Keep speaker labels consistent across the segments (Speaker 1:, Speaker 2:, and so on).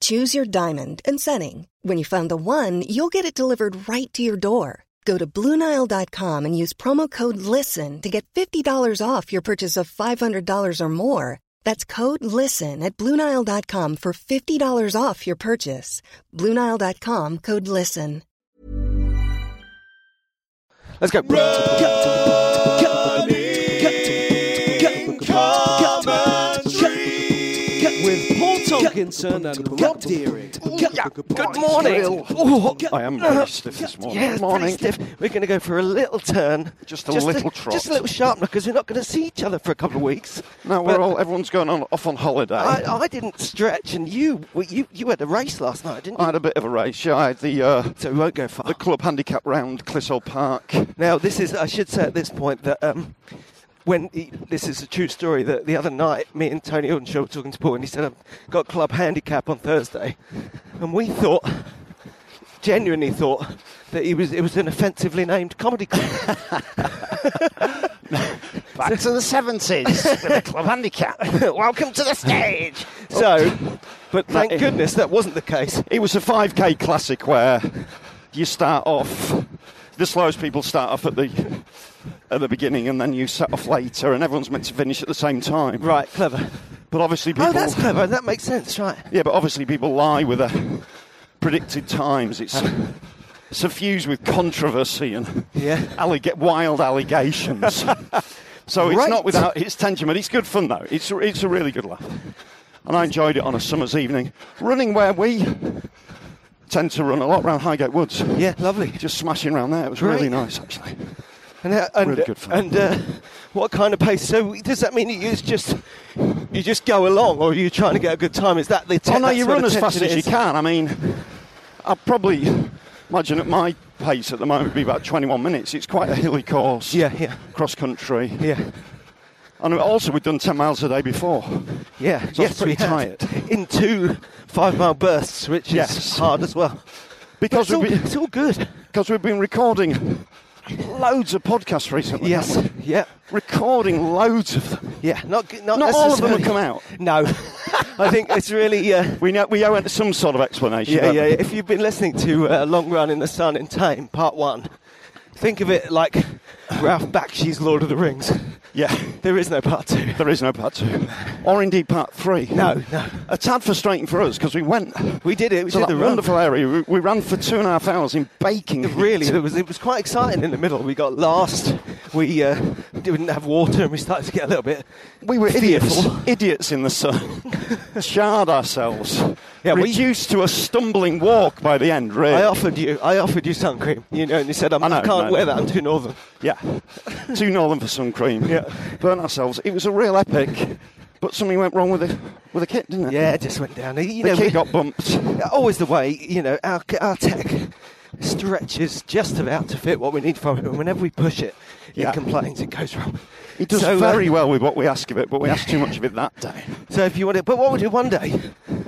Speaker 1: Choose your diamond and setting. When you find the one, you'll get it delivered right to your door. Go to Bluenile.com and use promo code LISTEN to get $50 off your purchase of $500 or more. That's code LISTEN at Bluenile.com for $50 off your purchase. Bluenile.com code LISTEN.
Speaker 2: Let's go. With Paul Tomkinson and Rob Deering.
Speaker 3: Good morning. Uh,
Speaker 2: Oh, I am very stiff this morning.
Speaker 3: Yeah, morning, Stiff. We're going to go for a little turn.
Speaker 2: Just a little trot.
Speaker 3: Just a little sharpener because we're not going to see each other for a couple of weeks.
Speaker 2: Now
Speaker 3: But
Speaker 2: we're all everyone's going on off on holiday.
Speaker 3: I,
Speaker 2: I,
Speaker 3: I didn't stretch, and you, well, you, you had a race last night, didn't you?
Speaker 2: had a bit of a race. Yeah, I had the uh,
Speaker 3: so we won't go far.
Speaker 2: the club handicap round, Clissold Park.
Speaker 3: Now, this is, I should say at this point that um, when he, this is a true story, that the other night, me and Tony Ordenshaw were talking to Paul, and he said, I've got club handicap on Thursday. And we thought, genuinely thought, that he was, it was an offensively named comedy club.
Speaker 2: Back to the seventies with the club handicap.
Speaker 3: Welcome to the stage! so, but thank goodness that wasn't the case.
Speaker 2: It was a 5k classic where you start off. The slowest people start off at the at the beginning, and then you set off later, and everyone's meant to finish at the same time.
Speaker 3: Right, clever.
Speaker 2: But obviously, people.
Speaker 3: Oh, that's clever. That makes sense, right.
Speaker 2: Yeah, but obviously, people lie with their predicted times. It's suffused with controversy and
Speaker 3: Yeah.
Speaker 2: allega- wild allegations. so it's
Speaker 3: Right.
Speaker 2: not without its tension, but it's good fun though. It's a, it's a really good laugh, and I enjoyed it on a summer's evening, running where we tend to run a lot round Highgate Woods.
Speaker 3: Yeah, lovely.
Speaker 2: Just smashing around there. It was really
Speaker 3: Right.
Speaker 2: nice, actually.
Speaker 3: And, uh, and,
Speaker 2: Really good fun.
Speaker 3: And uh, what kind of pace? So does that mean you just you just go along, or are you trying to get a good time? Is that the? Te-
Speaker 2: Oh no,
Speaker 3: that's
Speaker 2: you
Speaker 3: where
Speaker 2: run
Speaker 3: the
Speaker 2: as fast
Speaker 3: tension
Speaker 2: as you
Speaker 3: is?
Speaker 2: can. I mean, I probably imagine at my pace at the moment would be about 21 minutes. It's quite a hilly course.
Speaker 3: Yeah, yeah,
Speaker 2: Cross country.
Speaker 3: yeah,
Speaker 2: And also, we'd done 10 miles a day before.
Speaker 3: yeah.
Speaker 2: So I was
Speaker 3: yes, we
Speaker 2: pretty
Speaker 3: had.
Speaker 2: tired.
Speaker 3: in two five-mile bursts, which is
Speaker 2: Yes.
Speaker 3: hard as well.
Speaker 2: Because
Speaker 3: It's all,
Speaker 2: we've, been,
Speaker 3: it's all good.
Speaker 2: because we've been recording loads of podcasts recently.
Speaker 3: Yes, yeah,
Speaker 2: Recording loads of them.
Speaker 3: yeah. Not g- not,
Speaker 2: Not all of them
Speaker 3: necessarily-
Speaker 2: have come out.
Speaker 3: No, I think it's really. Uh,
Speaker 2: We, know, we owe it some sort of explanation.
Speaker 3: Yeah,
Speaker 2: don't
Speaker 3: yeah.
Speaker 2: we?
Speaker 3: yeah. If you've been listening to uh, Long Run in the Sun in Time, Part One, think of it like Ralph Bakshi's Lord of the Rings.
Speaker 2: Yeah.
Speaker 3: There is no Part Two.
Speaker 2: There is no part two. Or indeed part three.
Speaker 3: No, no.
Speaker 2: A tad frustrating for us because we went.
Speaker 3: We did it. We
Speaker 2: to
Speaker 3: did
Speaker 2: that
Speaker 3: the run.
Speaker 2: wonderful area. We, we ran for two and a half hours in baking. heat.
Speaker 3: Really, it was it was quite exciting in the middle. We got lost. We uh, didn't have water, and we started to get a little bit.
Speaker 2: We were idiots.
Speaker 3: fearful.
Speaker 2: Idiots in the sun. Charred ourselves.
Speaker 3: Yeah, we-
Speaker 2: Reduced to a stumbling walk by the end, really.
Speaker 3: I offered you, I offered you sun cream, you know, and you said I'm,
Speaker 2: I know,
Speaker 3: I can't
Speaker 2: no,
Speaker 3: wear
Speaker 2: no.
Speaker 3: that. I'm too northern.
Speaker 2: Yeah. Too northern for sun cream.
Speaker 3: Yeah.
Speaker 2: Burnt ourselves. It was a real epic, but something went wrong with the, with the kit, didn't it?
Speaker 3: Yeah, it just went down. You
Speaker 2: The
Speaker 3: know,
Speaker 2: kit
Speaker 3: we-
Speaker 2: got bumped.
Speaker 3: always the way, you know, our, our tech stretches just about to fit what we need from it, and whenever we push it,
Speaker 2: Yeah.
Speaker 3: it complains, it goes wrong.
Speaker 2: It does
Speaker 3: So, uh,
Speaker 2: very well with what we ask of it, but we asked too much of it that day.
Speaker 3: So if you want it, but what we'll do one day,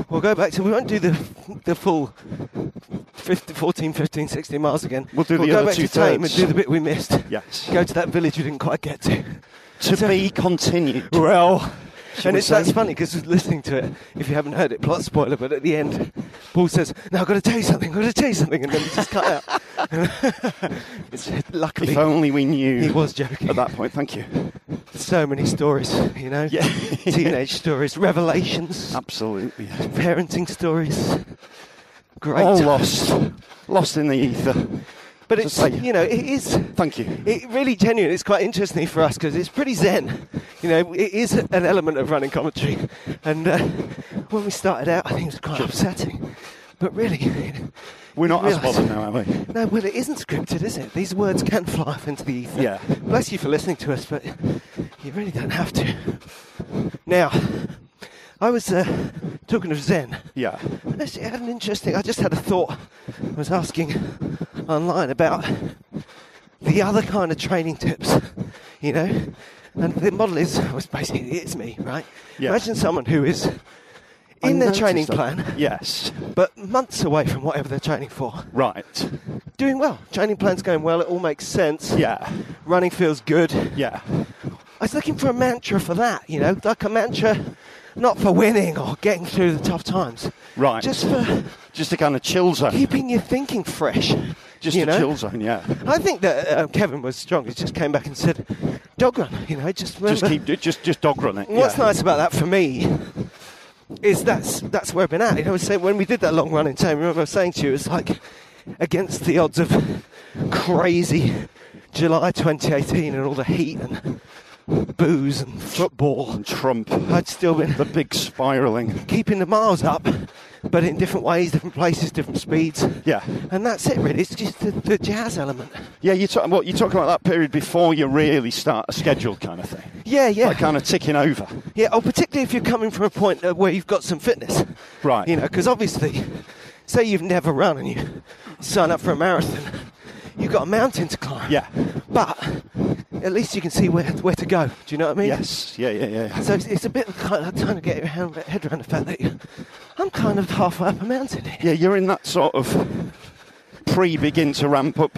Speaker 3: we'll go back to, we won't do the, the full 50, 14, 15, 16 miles again.
Speaker 2: We'll do the
Speaker 3: go
Speaker 2: other
Speaker 3: back
Speaker 2: two
Speaker 3: to Tame and
Speaker 2: thirds.
Speaker 3: do the bit we missed.
Speaker 2: Yes.
Speaker 3: Go to that village we didn't quite get to.
Speaker 2: To
Speaker 3: So-
Speaker 2: be continued.
Speaker 3: Well, and
Speaker 2: we
Speaker 3: it's that's
Speaker 2: say?
Speaker 3: funny because listening to it, if you haven't heard it, plot spoiler. But at the end, Paul says, "Now I've got to tell you something. I've got to tell you something," and then we just cut out. it's, luckily,
Speaker 2: If only we knew.
Speaker 3: he was joking.
Speaker 2: At that point, thank you.
Speaker 3: So many stories, you know,
Speaker 2: Yeah.
Speaker 3: teenage stories, revelations,
Speaker 2: Absolutely.
Speaker 3: parenting stories. Great,
Speaker 2: All lost. lost in the ether.
Speaker 3: But
Speaker 2: As
Speaker 3: it's,
Speaker 2: I say,
Speaker 3: you know, it is.
Speaker 2: Thank you.
Speaker 3: It really genuine. It's quite interesting for us because it's pretty zen. You know, it is an element of running commentary. And uh, when we started out, I think it was quite upsetting. But really,
Speaker 2: We're not as
Speaker 3: realise-
Speaker 2: bothered now, are we?
Speaker 3: no, well, it isn't scripted, is it? These words can fly off into the ether.
Speaker 2: Yeah.
Speaker 3: Bless you for listening to us, but you really don't have to. Now, I was uh, talking of zen.
Speaker 2: Yeah.
Speaker 3: Actually, I had an interesting. I just had a thought. I was asking online about the other kind of training tips, you know. And the model is was basically it's me, right?
Speaker 2: Yeah.
Speaker 3: Imagine someone who is
Speaker 2: I
Speaker 3: in their
Speaker 2: noticed
Speaker 3: training
Speaker 2: that.
Speaker 3: plan,
Speaker 2: Yes.
Speaker 3: but months away from whatever they're training for,
Speaker 2: Right.
Speaker 3: doing well. Training plan's going well. It all makes sense.
Speaker 2: Yeah.
Speaker 3: Running feels good.
Speaker 2: Yeah.
Speaker 3: I was looking for a mantra for that, you know, like a mantra, not for winning or getting through the tough times,
Speaker 2: Right.
Speaker 3: just for
Speaker 2: Just a kind of chill zone.
Speaker 3: keeping your thinking fresh.
Speaker 2: just
Speaker 3: you
Speaker 2: a
Speaker 3: know?
Speaker 2: chill zone. Yeah.
Speaker 3: I think that um, Kevin was strong. He just came back and said, "Dog run," you know. Just remember.
Speaker 2: Just keep just just dog run it.
Speaker 3: What's
Speaker 2: yeah.
Speaker 3: nice about that for me is that's that's where I've been at. You know, I was saying when we did that long run in town, remember I was saying to you, it's like against the odds of crazy July 2018 and all the heat and booze and football.
Speaker 2: And Trump,
Speaker 3: I'd still been
Speaker 2: the big spiralling.
Speaker 3: keeping the miles up, but in different ways, different places, different speeds.
Speaker 2: Yeah.
Speaker 3: And that's it, really. It's just the, the jazz element.
Speaker 2: Yeah, you talk, what, you talk about that period before you really start a schedule kind of thing.
Speaker 3: Yeah, yeah.
Speaker 2: Like kind of ticking over.
Speaker 3: Yeah, oh, particularly if you're coming from a point uh, where you've got some fitness.
Speaker 2: Right.
Speaker 3: You know, because obviously, say you've never run and you sign up for a marathon, you've got a mountain to climb.
Speaker 2: Yeah.
Speaker 3: But at least you can see where, where to go. Do you know what I mean?
Speaker 2: Yes. Yeah, yeah, yeah.
Speaker 3: So it's, it's a bit kind of trying to get your hand- head around the fact that you- I'm kind of halfway up a mountain here.
Speaker 2: Yeah, you're in that sort of pre begin to ramp up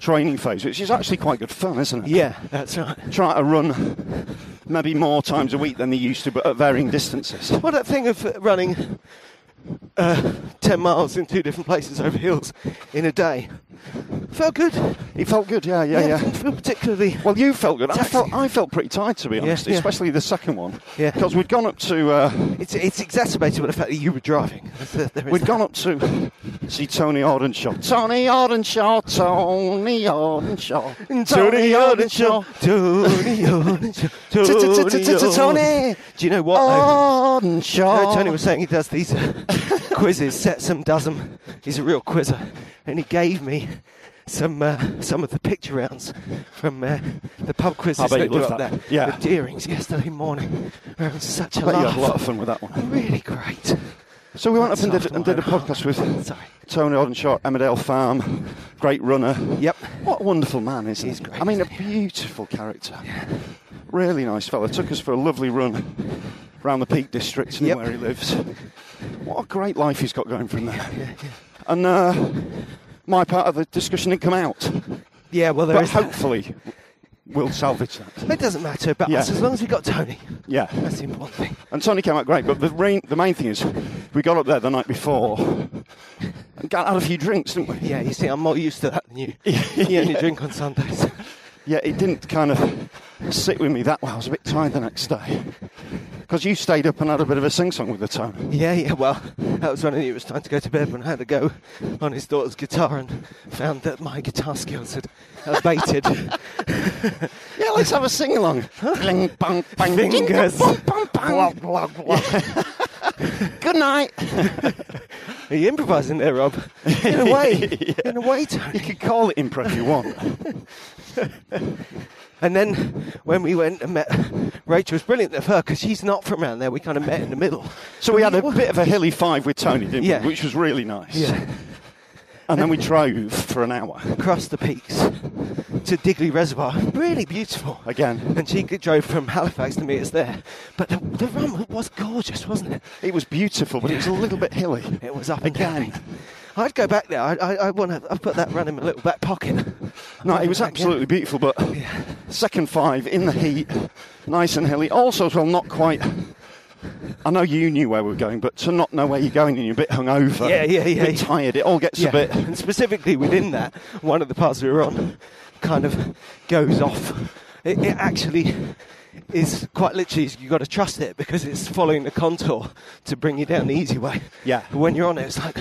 Speaker 2: training phase, which is actually quite good fun, isn't it?
Speaker 3: Yeah, that's right.
Speaker 2: Try to run maybe more times a week than they used to, but at varying distances.
Speaker 3: Well, that thing of uh, running uh, 10 miles in two different places over hills in a day felt good.
Speaker 2: It felt good, yeah, yeah,
Speaker 3: I
Speaker 2: yeah.
Speaker 3: didn't feel particularly.
Speaker 2: Well, you felt good. I
Speaker 3: Taxi.
Speaker 2: felt, I felt pretty tired, to be honest,
Speaker 3: yeah.
Speaker 2: especially the second one.
Speaker 3: Yeah.
Speaker 2: Because we'd gone up to. Uh,
Speaker 3: It's, it's exacerbated by the fact that you were driving. There- there is
Speaker 2: We'd
Speaker 3: that.
Speaker 2: gone up to see Tony Ardenshaw. Tony Ardenshaw, Tony Ardenshaw,
Speaker 3: Tony Earnshaw, Tony Earnshaw, Tony Oh. Earnshaw.
Speaker 2: Tony
Speaker 3: Do you know what? though? You
Speaker 2: Ardenshaw.
Speaker 3: know, Tony was saying he does these uh, quizzes, sets them, does them. He's a real quizzer, and he gave me some uh, some of the picture rounds from uh, the pub quizzes
Speaker 2: I bet
Speaker 3: that
Speaker 2: you'd
Speaker 3: were
Speaker 2: love
Speaker 3: up
Speaker 2: that.
Speaker 3: there.
Speaker 2: Yeah.
Speaker 3: the Deerings yesterday morning. We're having such a
Speaker 2: Bet you had
Speaker 3: laugh.
Speaker 2: a lot of fun with that one.
Speaker 3: Really great.
Speaker 2: So we went up
Speaker 3: That's
Speaker 2: and did,
Speaker 3: after
Speaker 2: and did
Speaker 3: my
Speaker 2: a
Speaker 3: heart.
Speaker 2: podcast with
Speaker 3: Sorry.
Speaker 2: Tony Ardenshaw, Emmerdale Farm, great runner.
Speaker 3: Yep.
Speaker 2: What a wonderful man, isn't
Speaker 3: He's
Speaker 2: he?
Speaker 3: great,
Speaker 2: I mean, a
Speaker 3: isn't he?
Speaker 2: beautiful character. Really nice fella. Took us for a lovely run round the Peak District and
Speaker 3: Yep.
Speaker 2: where he lives. What a great life he's got going from there. And uh, my part of the discussion didn't come out.
Speaker 3: Yeah, well, there
Speaker 2: but
Speaker 3: is that.
Speaker 2: hopefully, we'll salvage that.
Speaker 3: It doesn't matter about
Speaker 2: Yeah.
Speaker 3: us as long as we got Tony.
Speaker 2: Yeah.
Speaker 3: That's the important thing.
Speaker 2: And Tony came out great, but the, rain, the main thing is, we got up there the night before and got had a few drinks, didn't we?
Speaker 3: Yeah, you see, I'm more used to that than you. You only drink on Sundays.
Speaker 2: Yeah, it didn't kind of sit with me that well. I was a bit tired the next day. Because you stayed up and had a bit of a sing song with the tone.
Speaker 3: Yeah, yeah, well, that was when I knew it was time to go to bed when I had to go on his daughter's guitar and found that my guitar skills had abated.
Speaker 2: Yeah, let's have a sing along. Bling, bang, bang,
Speaker 3: Fingers.
Speaker 2: Bang, bang, bang. Blog, blog, blog. Good night.
Speaker 3: Are you improvising there, Rob? In a way. In a way, Tony.
Speaker 2: You can call it improv if you want.
Speaker 3: And then when we went and met, Rachel was brilliant of her because she's not from around there. We kind of met in the middle.
Speaker 2: So we had a bit of a hilly five with Tony, didn't
Speaker 3: Yeah.
Speaker 2: we? Which was really nice.
Speaker 3: Yeah.
Speaker 2: And then we drove for an hour.
Speaker 3: across the peaks to Digley Reservoir. Really beautiful.
Speaker 2: Again.
Speaker 3: And she drove from Halifax to meet us there. But the, the run was gorgeous, wasn't it?
Speaker 2: It was beautiful, but it was a little bit hilly.
Speaker 3: It was up and
Speaker 2: Again.
Speaker 3: down. I'd go back there. I, I, I want to. I put that run in my little back pocket.
Speaker 2: No, it was
Speaker 3: Again.
Speaker 2: absolutely beautiful, but second five in the heat, nice and hilly. Also, as well, not quite. I know you knew where we were going, but to not know where you're going and you're a bit hungover,
Speaker 3: Yeah, yeah, yeah.
Speaker 2: a bit tired, it all gets a bit.
Speaker 3: And specifically within that, one of the parts we were on kind of goes off. It, it actually is quite literally you've got to trust it because it's following the contour to bring you down the easy way.
Speaker 2: Yeah.
Speaker 3: But when you're on it, it's like,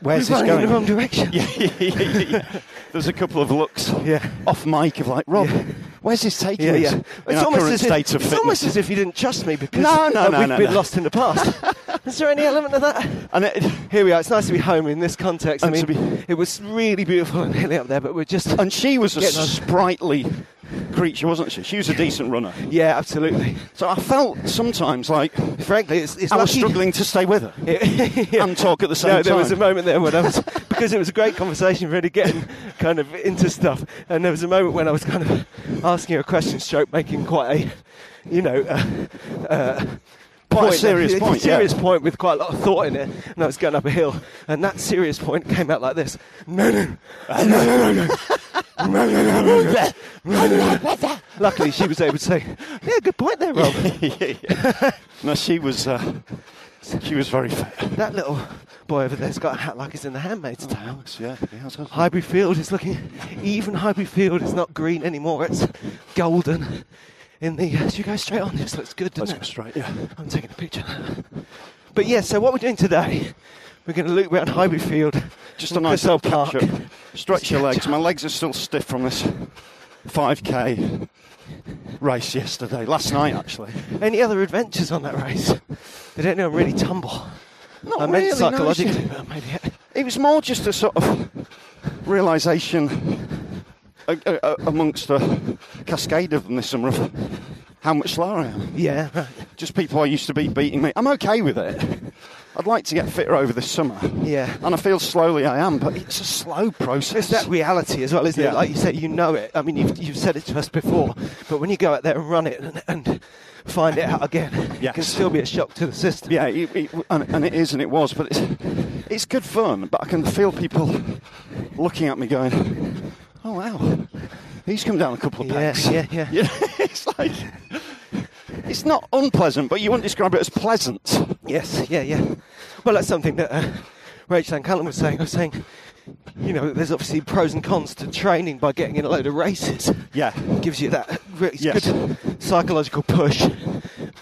Speaker 2: where's
Speaker 3: we're
Speaker 2: this
Speaker 3: running in
Speaker 2: going?
Speaker 3: the wrong direction.
Speaker 2: Yeah, yeah, yeah, yeah. There's a couple of looks
Speaker 3: Yeah.
Speaker 2: off mic of like, Rob,
Speaker 3: Yeah.
Speaker 2: where's this taking
Speaker 3: Yeah,
Speaker 2: us?
Speaker 3: yeah.
Speaker 2: In our current
Speaker 3: as if,
Speaker 2: state of
Speaker 3: it's
Speaker 2: fitness.
Speaker 3: almost as if you didn't trust me because
Speaker 2: No, no,
Speaker 3: uh,
Speaker 2: no,
Speaker 3: we've
Speaker 2: no,
Speaker 3: been
Speaker 2: no.
Speaker 3: lost in the past. is there any element of that?
Speaker 2: and it,
Speaker 3: Here we are. It's nice to be home in this context. I
Speaker 2: And
Speaker 3: mean,
Speaker 2: to be- Oh,
Speaker 3: it was really beautiful and hilly up there, but we're just
Speaker 2: and she was a
Speaker 3: Getting on.
Speaker 2: sprightly creature, wasn't she? She was a decent runner.
Speaker 3: yeah, absolutely.
Speaker 2: So I felt sometimes like
Speaker 3: Frankly, it's, it's
Speaker 2: I was
Speaker 3: lucky-
Speaker 2: struggling to stay with her
Speaker 3: Yeah.
Speaker 2: and talk at the same
Speaker 3: No,
Speaker 2: time.
Speaker 3: there was a moment there when I was because it was a great conversation, really getting kind of into stuff. And there was a moment when I was kind of asking her a question, stroke making quite a, you know, uh, uh,
Speaker 2: Quite a
Speaker 3: point,
Speaker 2: serious point, yeah.
Speaker 3: serious point with quite a lot of thought in it. And I was going up a hill, and that serious point came out like this: No, no, no, no, no, no, no, no, no, no, no, no, no, no. Luckily, she was able to say, "Yeah, good point there, Rob."
Speaker 2: Yeah, yeah. no, she was. Uh, she was very fit.
Speaker 3: that little boy over there's got a hat like he's in The Handmaid's Tale.
Speaker 2: Yeah, yeah, so-
Speaker 3: Highbury Field is looking, even Highbury Field is not green anymore, it's golden. In the, should we go straight on? This looks good, doesn't
Speaker 2: Let's
Speaker 3: it?
Speaker 2: go straight. Yeah.
Speaker 3: I'm taking a picture. But yeah, so what we're doing today, we're going to loop around Highbury Field.
Speaker 2: Just a
Speaker 3: and
Speaker 2: nice
Speaker 3: Crystal
Speaker 2: little catch up. Stretch your legs. My legs are still stiff from this 5k race yesterday. Last night, actually.
Speaker 3: Any other adventures on that race? Did anyone really tumble?
Speaker 2: Not
Speaker 3: I meant
Speaker 2: really, no,
Speaker 3: psychologically,
Speaker 2: she-
Speaker 3: but maybe yeah.
Speaker 2: It was more just a sort of realization a- a- a- amongst a cascade of them this summer of how much slower I am.
Speaker 3: yeah. right.
Speaker 2: Just people I used to be beating me. I'm okay with it. I'd like to get fitter over the summer.
Speaker 3: Yeah.
Speaker 2: And I feel slowly I am, but it's a slow process.
Speaker 3: It's that reality as well, isn't
Speaker 2: Yeah.
Speaker 3: it? Like you say, you know it. I mean, you've, you've said it to us before, but when you go out there and run it and, and find it out again, it can
Speaker 2: Yes.
Speaker 3: still be a shock to the system.
Speaker 2: yeah, it, it, and, and it is and it was, but it's, it's good fun. But I can feel people looking at me going, oh, wow, he's come down a couple of
Speaker 3: Yeah,
Speaker 2: pegs.
Speaker 3: yeah, yeah.
Speaker 2: You know, it's like, it's not unpleasant, but you wouldn't describe it as pleasant.
Speaker 3: Yes, yeah, yeah. Well, that's something that uh, Rachel and Cullen was saying. I was saying, you know, there's obviously pros and cons to training by getting in a load of races.
Speaker 2: Yeah.
Speaker 3: Gives you that really
Speaker 2: Yes.
Speaker 3: good psychological push.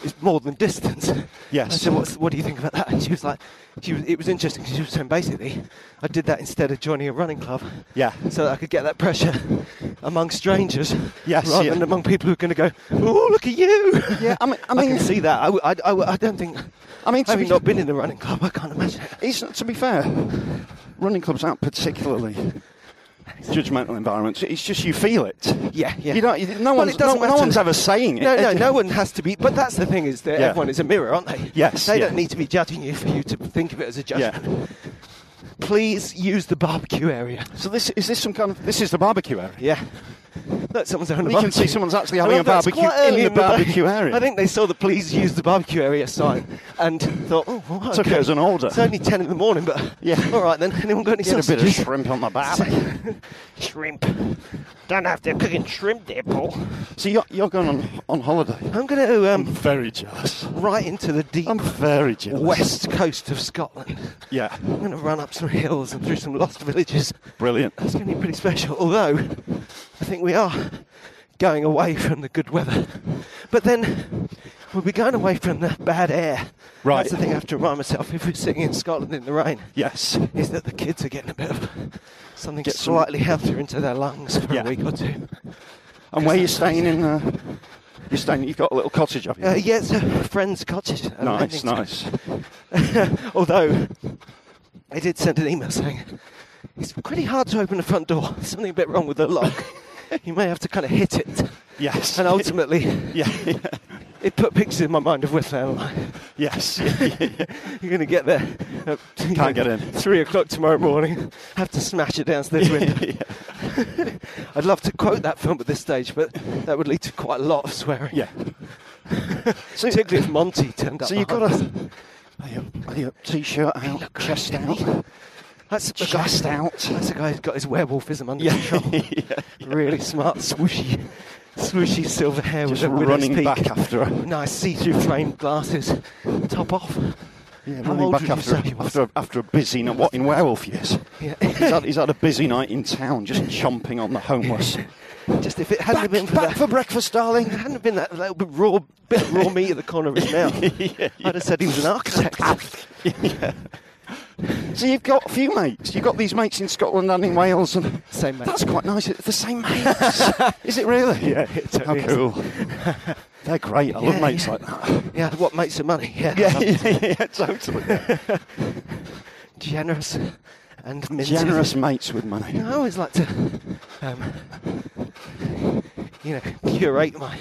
Speaker 3: It's more than distance.
Speaker 2: Yes.
Speaker 3: I said, What's, what do you think about that? And she was like, she was, it was interesting 'cause she was saying basically, I did that instead of joining a running club.
Speaker 2: Yeah.
Speaker 3: So that I could get that pressure among strangers.
Speaker 2: Yes,
Speaker 3: Rather
Speaker 2: yeah.
Speaker 3: than among people who are going to go, oh, look at you.
Speaker 2: Yeah, I mean- I mean-
Speaker 3: can see that. I, w- I- I w- I don't think.
Speaker 2: I mean, to
Speaker 3: having
Speaker 2: be-
Speaker 3: not been in the running club, I can't imagine it.
Speaker 2: It's, to be fair, running clubs aren't particularly judgmental environments. It's just you feel it.
Speaker 3: Yeah, yeah.
Speaker 2: You don't, you- no,
Speaker 3: Well,
Speaker 2: one's,
Speaker 3: it doesn't
Speaker 2: no, no
Speaker 3: matter.
Speaker 2: one's ever saying it.
Speaker 3: No, no,
Speaker 2: is
Speaker 3: no
Speaker 2: it?
Speaker 3: one has to be. But that's the thing is that
Speaker 2: Yeah.
Speaker 3: everyone is a mirror, aren't they?
Speaker 2: Yes,
Speaker 3: They
Speaker 2: yeah.
Speaker 3: don't need to be judging you for you to think of it as a judgment.
Speaker 2: Yeah.
Speaker 3: Please use the barbecue area.
Speaker 2: So this is this some kind of this is the barbecue area.
Speaker 3: Yeah. Look, someone's having a
Speaker 2: You can
Speaker 3: barbecue.
Speaker 2: see someone's actually
Speaker 3: I
Speaker 2: having
Speaker 3: love
Speaker 2: a
Speaker 3: that. It's
Speaker 2: barbecue
Speaker 3: quite early
Speaker 2: in the
Speaker 3: day.
Speaker 2: barbecue area.
Speaker 3: I think they saw the please use the barbecue area sign and thought, oh, well, okay.
Speaker 2: Took it as an order.
Speaker 3: It's only 10 in the morning, but
Speaker 2: Yeah.
Speaker 3: all right then. Anyone got any
Speaker 2: Get a bit of
Speaker 3: sausages?
Speaker 2: shrimp on the back.
Speaker 3: shrimp. Don't have to cooking shrimp there, Paul.
Speaker 2: So you're, you're going on, on holiday.
Speaker 3: I'm going to um,
Speaker 2: Very jealous.
Speaker 3: right into the deep
Speaker 2: I'm very jealous.
Speaker 3: west coast of Scotland.
Speaker 2: Yeah.
Speaker 3: I'm going to run up some hills and through some lost villages.
Speaker 2: Brilliant.
Speaker 3: That's going to be pretty special, although I think we are going away from the good weather. But then we'll be going away from the bad air.
Speaker 2: Right.
Speaker 3: That's the thing I have to remind myself if we're sitting in Scotland in the rain,
Speaker 2: Yes.
Speaker 3: is that the kids are getting a bit of something
Speaker 2: Get some-
Speaker 3: slightly healthier into their lungs for
Speaker 2: Yeah.
Speaker 3: a week or two.
Speaker 2: And where you're staying in? Uh, you're staying. You've got a little cottage up
Speaker 3: Uh,
Speaker 2: here.
Speaker 3: yeah, it's a friend's cottage. at
Speaker 2: nice,
Speaker 3: Lannington.
Speaker 2: nice.
Speaker 3: Although I did send an email saying it's pretty hard to open the front door. There's something a bit wrong with the lock. you may have to kind of hit it.
Speaker 2: Yes.
Speaker 3: And ultimately,
Speaker 2: yeah, yeah,
Speaker 3: it put pictures in my mind of Whistler. Like,
Speaker 2: yes. Yeah, yeah, yeah.
Speaker 3: you're going to get there. At, Can't
Speaker 2: get in.
Speaker 3: Three o'clock tomorrow morning. Have to smash it downstairs window. I'd love to quote that film at this stage, but that would lead to quite a lot of swearing.
Speaker 2: Yeah. So,
Speaker 3: Particularly if Monty turned up.
Speaker 2: so you've got
Speaker 3: behind us.
Speaker 2: a, a, a t-shirt out, chest out,
Speaker 3: That's the guy-
Speaker 2: chest out.
Speaker 3: That's a guy who's got his werewolfism under control. Really smart, swooshy, swooshy silver hair
Speaker 2: Just
Speaker 3: with a widow's
Speaker 2: running
Speaker 3: peak.
Speaker 2: back after her.
Speaker 3: Nice see-through framed glasses, top off.
Speaker 2: Yeah,
Speaker 3: How
Speaker 2: running
Speaker 3: old
Speaker 2: back
Speaker 3: would you
Speaker 2: after,
Speaker 3: say he was?
Speaker 2: after, a- after a busy night. What in werewolf years?
Speaker 3: Yeah.
Speaker 2: he's, had, he's had a busy night in town, just chomping on the homeless.
Speaker 3: Just if it hadn't
Speaker 2: back
Speaker 3: been for
Speaker 2: back
Speaker 3: that,
Speaker 2: for breakfast,
Speaker 3: if
Speaker 2: darling.
Speaker 3: it hadn't been that little bit raw bit of raw meat at the corner of his mouth, I'd have said he was an
Speaker 2: Ah.
Speaker 3: architect.
Speaker 2: So you've got a few mates. You've got these mates in Scotland and in Wales, and
Speaker 3: Same mate.
Speaker 2: That's quite nice. It's the same mates. is it really?
Speaker 3: Yeah, it
Speaker 2: How
Speaker 3: totally is.
Speaker 2: cool. They're great. I love
Speaker 3: Yeah,
Speaker 2: mates
Speaker 3: yeah.
Speaker 2: like that.
Speaker 3: yeah, what makes the money? Yeah,
Speaker 2: Yeah, yeah, yeah, totally.
Speaker 3: generous and minted.
Speaker 2: Generous mates with money.
Speaker 3: I always like to, um, you know, curate my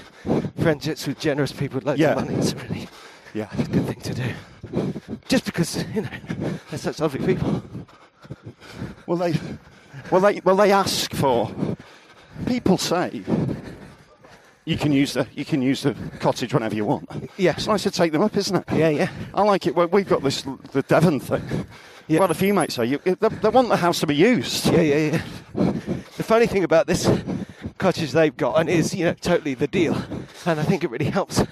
Speaker 3: friendships with generous people with loads
Speaker 2: Yeah.
Speaker 3: of money. It's a really
Speaker 2: Yeah.
Speaker 3: good thing to do. Just because, you know, they're such lovely people.
Speaker 2: Well, they, well, they, well, they ask for. People say you can use the you can use the cottage whenever you want.
Speaker 3: Yeah.
Speaker 2: It's nice to take them up, isn't it?
Speaker 3: Yeah, yeah.
Speaker 2: I like it. Well, we've got this the Devon thing.
Speaker 3: Yeah.
Speaker 2: Quite a few mates say you, they, they want the house to be used.
Speaker 3: Yeah, yeah, yeah. The funny thing about this cottage they've got and is, you know, totally the deal. And I think it really helps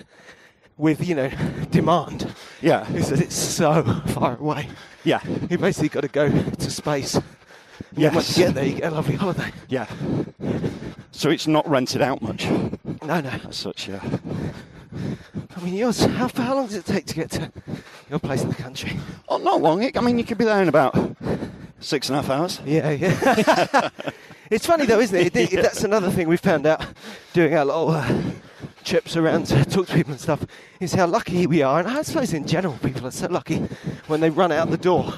Speaker 3: with, you know, demand.
Speaker 2: Yeah.
Speaker 3: Is that it's so far away.
Speaker 2: Yeah.
Speaker 3: You basically got to go to space. Yeah.
Speaker 2: Yes.
Speaker 3: Once you get there, you get a lovely holiday.
Speaker 2: Yeah. So it's not rented out much.
Speaker 3: No, no.
Speaker 2: As such, yeah.
Speaker 3: I mean, yours. How, how long does it take to get to your place in the country?
Speaker 2: Oh, not long. It, I mean, you could be there in about six and a half hours.
Speaker 3: Yeah, yeah. it's funny though, isn't it? It- it- That's another thing we found out doing our little uh, trips around to talk to people and stuff. Is how lucky we are, and I suppose in general people are so lucky when they run out the door.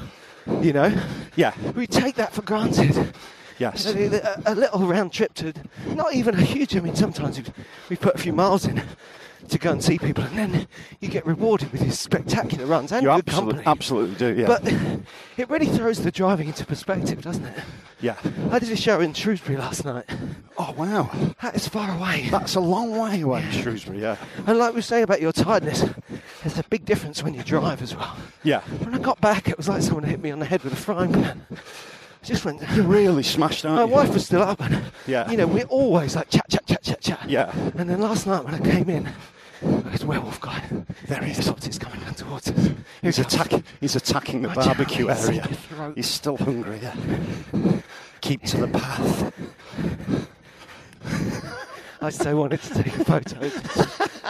Speaker 3: You know,
Speaker 2: Yeah.
Speaker 3: we take that for granted.
Speaker 2: Yes.
Speaker 3: So the- the- A, a little round trip to, not even a huge. I mean, sometimes we, we put a few miles in to go and see people, and then you get rewarded with these spectacular runs and
Speaker 2: You
Speaker 3: good
Speaker 2: absolutely,
Speaker 3: company.
Speaker 2: absolutely do. Yeah.
Speaker 3: But it really throws the driving into perspective, doesn't it?
Speaker 2: yeah.
Speaker 3: I did a show in Shrewsbury last night.
Speaker 2: Oh wow.
Speaker 3: That is far away.
Speaker 2: That's a long way away, Shrewsbury. Yeah.
Speaker 3: And like we were saying about your tiredness, there's a big difference when you drive as well.
Speaker 2: Yeah.
Speaker 3: When I got back, it was like someone hit me on the head with a frying pan. I just went.
Speaker 2: You're really smashed, aren't
Speaker 3: My
Speaker 2: you?
Speaker 3: wife was still up, and
Speaker 2: Yeah.
Speaker 3: you know we're always like chat, chat, chat, chat, chat.
Speaker 2: Yeah.
Speaker 3: And then last night when I came in, this werewolf guy.
Speaker 2: There he is.
Speaker 3: Stopped, He's coming down towards us. Here
Speaker 2: He's,
Speaker 3: he comes.
Speaker 2: attack, he's attacking the
Speaker 3: My
Speaker 2: barbecue
Speaker 3: tongue is in
Speaker 2: area.
Speaker 3: my throat.
Speaker 2: He's still hungry. Yeah. Keep to the path.
Speaker 3: I so wanted to take a photo.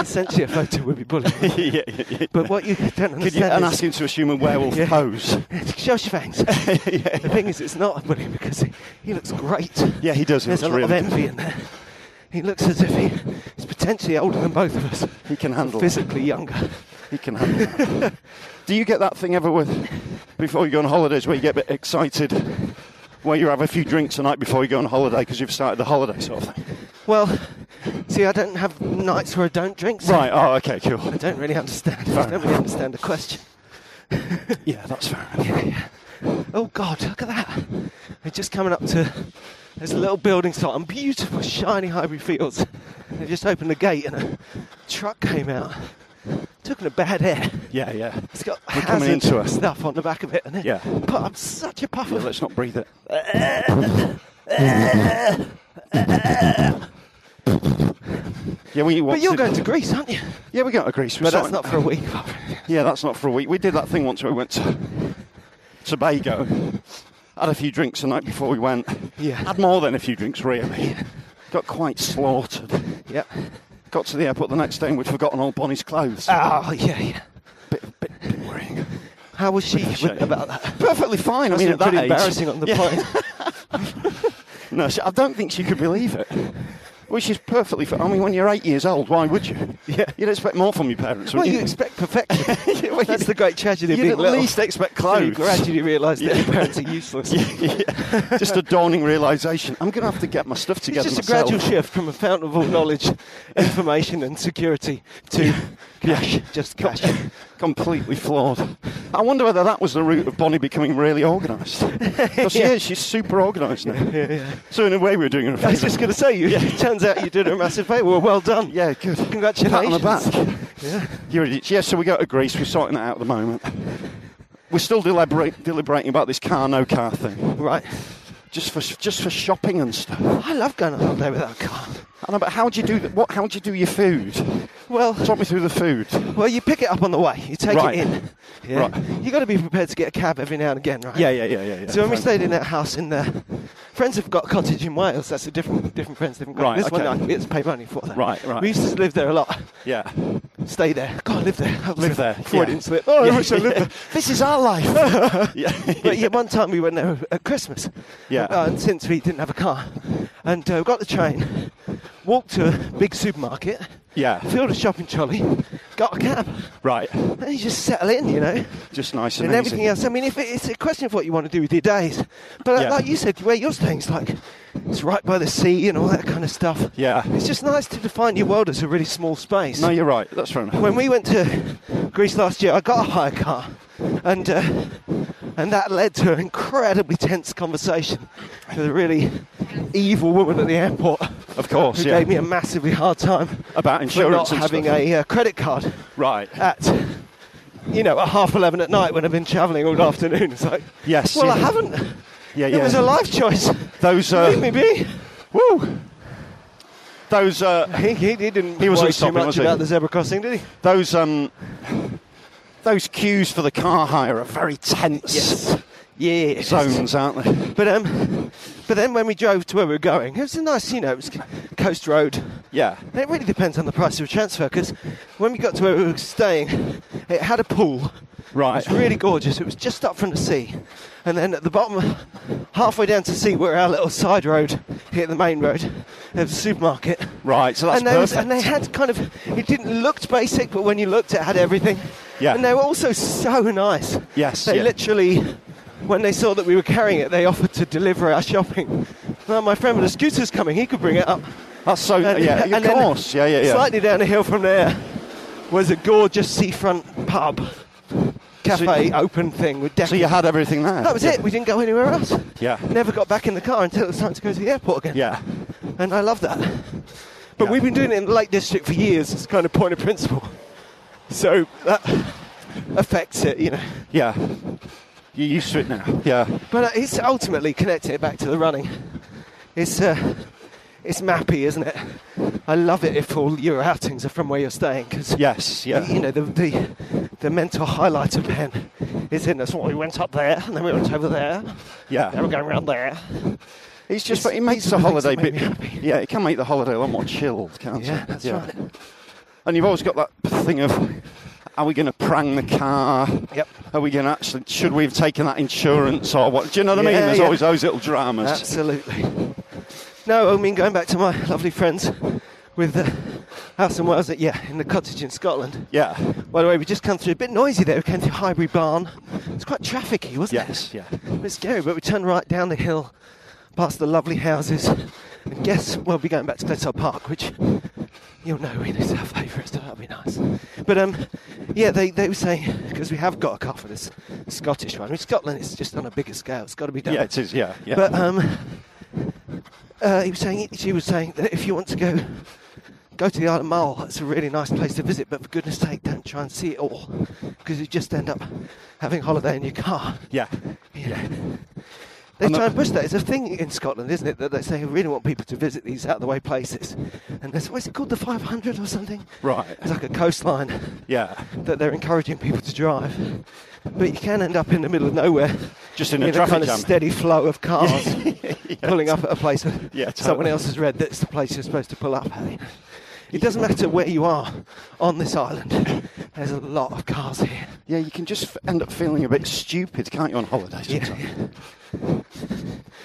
Speaker 3: Essentially, a photo would be bullying.
Speaker 2: yeah, yeah, yeah.
Speaker 3: But what you don't understand
Speaker 2: Could you, and
Speaker 3: is
Speaker 2: ask him to assume a werewolf
Speaker 3: Yeah.
Speaker 2: pose.
Speaker 3: Shush fangs. The thing is, it's not a bully because he, he looks great.
Speaker 2: Yeah, he does. He
Speaker 3: There's a
Speaker 2: looks
Speaker 3: lot of
Speaker 2: really
Speaker 3: envy in there. He looks as if he, he's potentially older than both of us.
Speaker 2: He can
Speaker 3: but
Speaker 2: handle.
Speaker 3: Physically younger.
Speaker 2: He can handle that. Do you get that thing ever with before you go on holidays where you get a bit excited, where you have a few drinks the night before you go on holiday because you've started the holiday sort of thing?
Speaker 3: Well, see, I don't have nights where I don't drink. So
Speaker 2: Right. Oh, okay, cool.
Speaker 3: I don't really understand. I don't really understand the question.
Speaker 2: Yeah, that's fair. enough.
Speaker 3: Oh God, look at that! They're just coming up to. There's a little building site on beautiful, shiny Highbury Fields. They just opened the gate and a truck came out. Took in a bad air.
Speaker 2: Yeah, yeah.
Speaker 3: It's got
Speaker 2: We're coming
Speaker 3: hazard
Speaker 2: into it.
Speaker 3: stuff on the back of it, and it
Speaker 2: Yeah.
Speaker 3: put up such a puff
Speaker 2: Yeah,
Speaker 3: of
Speaker 2: let's not breathe it. yeah, we.
Speaker 3: But you're going to Greece, aren't you?
Speaker 2: Yeah, we got to Greece. We
Speaker 3: But that's not
Speaker 2: started-
Speaker 3: for a week.
Speaker 2: Yeah, that's not for a week. We did that thing once where we went to Tobago. Had a few drinks the night before we went.
Speaker 3: Yeah.
Speaker 2: Had more than a few drinks, really. Got quite slaughtered.
Speaker 3: yep.
Speaker 2: Got to the airport the next day and we'd forgotten all Bonnie's clothes.
Speaker 3: Oh yeah, yeah.
Speaker 2: bit, bit, bit worrying.
Speaker 3: How was she
Speaker 2: Shame.
Speaker 3: about that?
Speaker 2: Perfectly fine. I
Speaker 3: Wasn't
Speaker 2: mean,
Speaker 3: it
Speaker 2: at that
Speaker 3: pretty
Speaker 2: age-
Speaker 3: embarrassing on the
Speaker 2: Yeah.
Speaker 3: plane.
Speaker 2: No, she, I don't think she could believe it. Which is perfectly fine. I mean, when you're eight years old, why would you?
Speaker 3: Yeah.
Speaker 2: You'd expect more from your parents.
Speaker 3: Well,
Speaker 2: wouldn't
Speaker 3: you expect perfection.
Speaker 2: Yeah, well,
Speaker 3: That's
Speaker 2: you'd-
Speaker 3: the great tragedy of
Speaker 2: You'd
Speaker 3: being
Speaker 2: at
Speaker 3: little.
Speaker 2: least expect
Speaker 3: You
Speaker 2: clothes.
Speaker 3: gradually realise that
Speaker 2: Yeah.
Speaker 3: your parents are useless.
Speaker 2: Yeah, just a dawning realization. I'm going to have to get my stuff
Speaker 3: It's
Speaker 2: together.
Speaker 3: just
Speaker 2: myself.
Speaker 3: a gradual shift from a fountain of all knowledge, information, and security to cash, just cash.
Speaker 2: Completely flawed. I wonder whether that was the root of Bonnie becoming really organised. Because she
Speaker 3: Yeah.
Speaker 2: is, she's super organised now. So, in a way, we were doing her a
Speaker 3: I was
Speaker 2: favour.
Speaker 3: just going to say, you, it turns out you did a massive favour. Well, well done.
Speaker 2: Yeah, good.
Speaker 3: Congratulations.
Speaker 2: Pat on the back.
Speaker 3: Yeah.
Speaker 2: You're an idiot. Yeah, so we go to Greece. We're sorting that out at the moment. We're still deliberate, deliberating about this car, no car thing.
Speaker 3: Right.
Speaker 2: just for just for shopping and stuff. And
Speaker 3: I love going on holiday without a car.
Speaker 2: I know, but how do you do th- what? How do you do your food?
Speaker 3: Well,
Speaker 2: Talk me through the food.
Speaker 3: well, you pick it up on the way. You take
Speaker 2: Right.
Speaker 3: it in. Yeah.
Speaker 2: Right.
Speaker 3: You got to be prepared to get a cab every now and again, right?
Speaker 2: Yeah, yeah, yeah, yeah. yeah.
Speaker 3: So when we stayed in that house in the friends have got a cottage in Wales. That's a different different friends, different
Speaker 2: Right,
Speaker 3: cottage. This
Speaker 2: okay.
Speaker 3: one I get to pay money for. That.
Speaker 2: Right, right.
Speaker 3: We used to live there a lot.
Speaker 2: yeah,
Speaker 3: Stay there. God, live there. That was
Speaker 2: Live
Speaker 3: a
Speaker 2: there,
Speaker 3: Freudian
Speaker 2: yeah.
Speaker 3: slip.
Speaker 2: Oh, I
Speaker 3: Yeah,
Speaker 2: wish I lived
Speaker 3: yeah.
Speaker 2: there. This is our life. yeah,
Speaker 3: But yeah, one time we went there at Christmas.
Speaker 2: Yeah.
Speaker 3: Uh, and since we didn't have a car, and uh, got the train, walked to a big supermarket,
Speaker 2: yeah.
Speaker 3: filled a shopping trolley, got a cab,
Speaker 2: Right,
Speaker 3: and you just settle in, you know.
Speaker 2: just nice and,
Speaker 3: and everything
Speaker 2: easy.
Speaker 3: else. I mean, if it, it's a question of what you want to do with your days, but like-
Speaker 2: Yeah.
Speaker 3: like you said, where you're staying is like it's right by the sea and all that kind of stuff.
Speaker 2: Yeah.
Speaker 3: it's just nice to define your world as a really small space.
Speaker 2: No, you're right. That's right.
Speaker 3: when we went to Greece last year, I got a hire car, and uh, and that led to an incredibly tense conversation with a really evil woman at the airport.
Speaker 2: Of course,
Speaker 3: who
Speaker 2: yeah.
Speaker 3: gave me a massively hard time
Speaker 2: About
Speaker 3: for not
Speaker 2: insurance and
Speaker 3: having
Speaker 2: stuff.
Speaker 3: a uh, credit card
Speaker 2: right.
Speaker 3: at you know at half eleven at night when I've been travelling all afternoon. It's like
Speaker 2: Yes,
Speaker 3: well I
Speaker 2: yeah.
Speaker 3: haven't.
Speaker 2: yeah,
Speaker 3: It
Speaker 2: yeah.
Speaker 3: was a life choice.
Speaker 2: Those
Speaker 3: Leave me
Speaker 2: uh,
Speaker 3: be.
Speaker 2: woo. Those uh,
Speaker 3: He, he, he didn't.
Speaker 2: He wasn't
Speaker 3: worry
Speaker 2: stopping,
Speaker 3: too much
Speaker 2: was he?
Speaker 3: about the zebra crossing, did he?
Speaker 2: those um, those queues for the car hire are very tense
Speaker 3: Yeah.
Speaker 2: zones, aren't they?
Speaker 3: But um, but then when we drove to where we were going, it was a nice, you know, it was coast road.
Speaker 2: Yeah.
Speaker 3: And it really depends on the price of a transfer because when we got to where we were staying, it had a pool.
Speaker 2: Right.
Speaker 3: It was really gorgeous. It was just up from the sea. And then at the bottom, halfway down to the sea, where our little side road hit the main road, there was a supermarket.
Speaker 2: Right, so that's
Speaker 3: and they, was-
Speaker 2: perfect.
Speaker 3: and they had kind of, it didn't look basic, but when you looked, it had everything.
Speaker 2: Yeah.
Speaker 3: And they were also so nice.
Speaker 2: Yes,
Speaker 3: They
Speaker 2: yeah.
Speaker 3: literally, when they saw that we were carrying it, they offered to deliver our shopping. Well, my friend with the scooter's coming, he could bring it up.
Speaker 2: That's so. Uh, yeah, of
Speaker 3: and then
Speaker 2: course. Yeah, yeah, yeah.
Speaker 3: Slightly down the hill from there was a gorgeous seafront pub, cafe, open thing with decks.
Speaker 2: So you had everything there.
Speaker 3: that was it. We didn't go anywhere else.
Speaker 2: Yeah.
Speaker 3: Never got back in the car until it was time to go to the airport again.
Speaker 2: Yeah.
Speaker 3: And I love that. But
Speaker 2: Yeah.
Speaker 3: we've been doing it in the Lake District for years. It's kind of point of principle. So that affects it, you know.
Speaker 2: Yeah. You're used to it now. Yeah.
Speaker 3: But uh, it's ultimately connecting it back to the running. It's uh, it's mappy, isn't it? I love it if all your outings are from where you're staying because
Speaker 2: Yes. Yeah.
Speaker 3: you know the, the the mental highlight of Ben is in us. Well, we went up there, and then we went over there, then
Speaker 2: yeah.
Speaker 3: we're going around there.
Speaker 2: It's just.
Speaker 3: it's-
Speaker 2: It makes
Speaker 3: it's
Speaker 2: the
Speaker 3: the things
Speaker 2: holiday
Speaker 3: that make
Speaker 2: bit.
Speaker 3: me happy.
Speaker 2: Yeah. It can make the holiday a lot more chilled, can't
Speaker 3: Yeah,
Speaker 2: it?
Speaker 3: that's right.
Speaker 2: And you've always got that thing of, are we going to prang the car?
Speaker 3: Yep.
Speaker 2: Are we going to actually? Should we have taken that insurance or what? Do you know what I mean?
Speaker 3: Yeah,
Speaker 2: There's
Speaker 3: yeah.
Speaker 2: always those little dramas.
Speaker 3: Absolutely. No, I mean going back to my lovely friends with uh, the house in Wales. That, yeah, in the cottage in Scotland.
Speaker 2: yeah.
Speaker 3: By the way, we just come through a bit noisy there. We came through Highbury Barn. It's quite trafficky, wasn't
Speaker 2: Yes.
Speaker 3: it?
Speaker 2: Yeah.
Speaker 3: It was scary, but we turned right down the hill, past the lovely houses, and guess we'll be going back to Glenside Park, which you'll know is our favourite, so that'll be nice. But um, yeah, they, they were saying because we have got a car for this Scottish one. I mean, Scotland is just on a bigger scale. It's got to be done.
Speaker 2: Yeah. It is. Yeah. Yeah.
Speaker 3: But um, uh, he was saying she was saying that if you want to go go to the Isle of Mull, it's a really nice place to visit. But for goodness' sake, don't try and see it all because you just end up having a holiday in your car.
Speaker 2: yeah.
Speaker 3: You know. They
Speaker 2: And
Speaker 3: try
Speaker 2: the-
Speaker 3: and push that. It's a thing in Scotland, isn't it? That they say, I really want people to visit these out of the way places. And there's, what is it called, the 500 or something?
Speaker 2: Right.
Speaker 3: It's like a coastline
Speaker 2: Yeah.
Speaker 3: that they're encouraging people to drive. But you can end up in the middle of nowhere,
Speaker 2: Just in a
Speaker 3: a
Speaker 2: traffic
Speaker 3: kind of
Speaker 2: jam.
Speaker 3: steady flow of cars pulling up at a place where
Speaker 2: Yeah, totally.
Speaker 3: someone else has read that's the place you're supposed to pull up at. It doesn't matter where you are on this island. There's a lot of cars here.
Speaker 2: Yeah, you can just f- end up feeling a bit stupid, can't you, on holidays?
Speaker 3: Yeah.
Speaker 2: sometimes?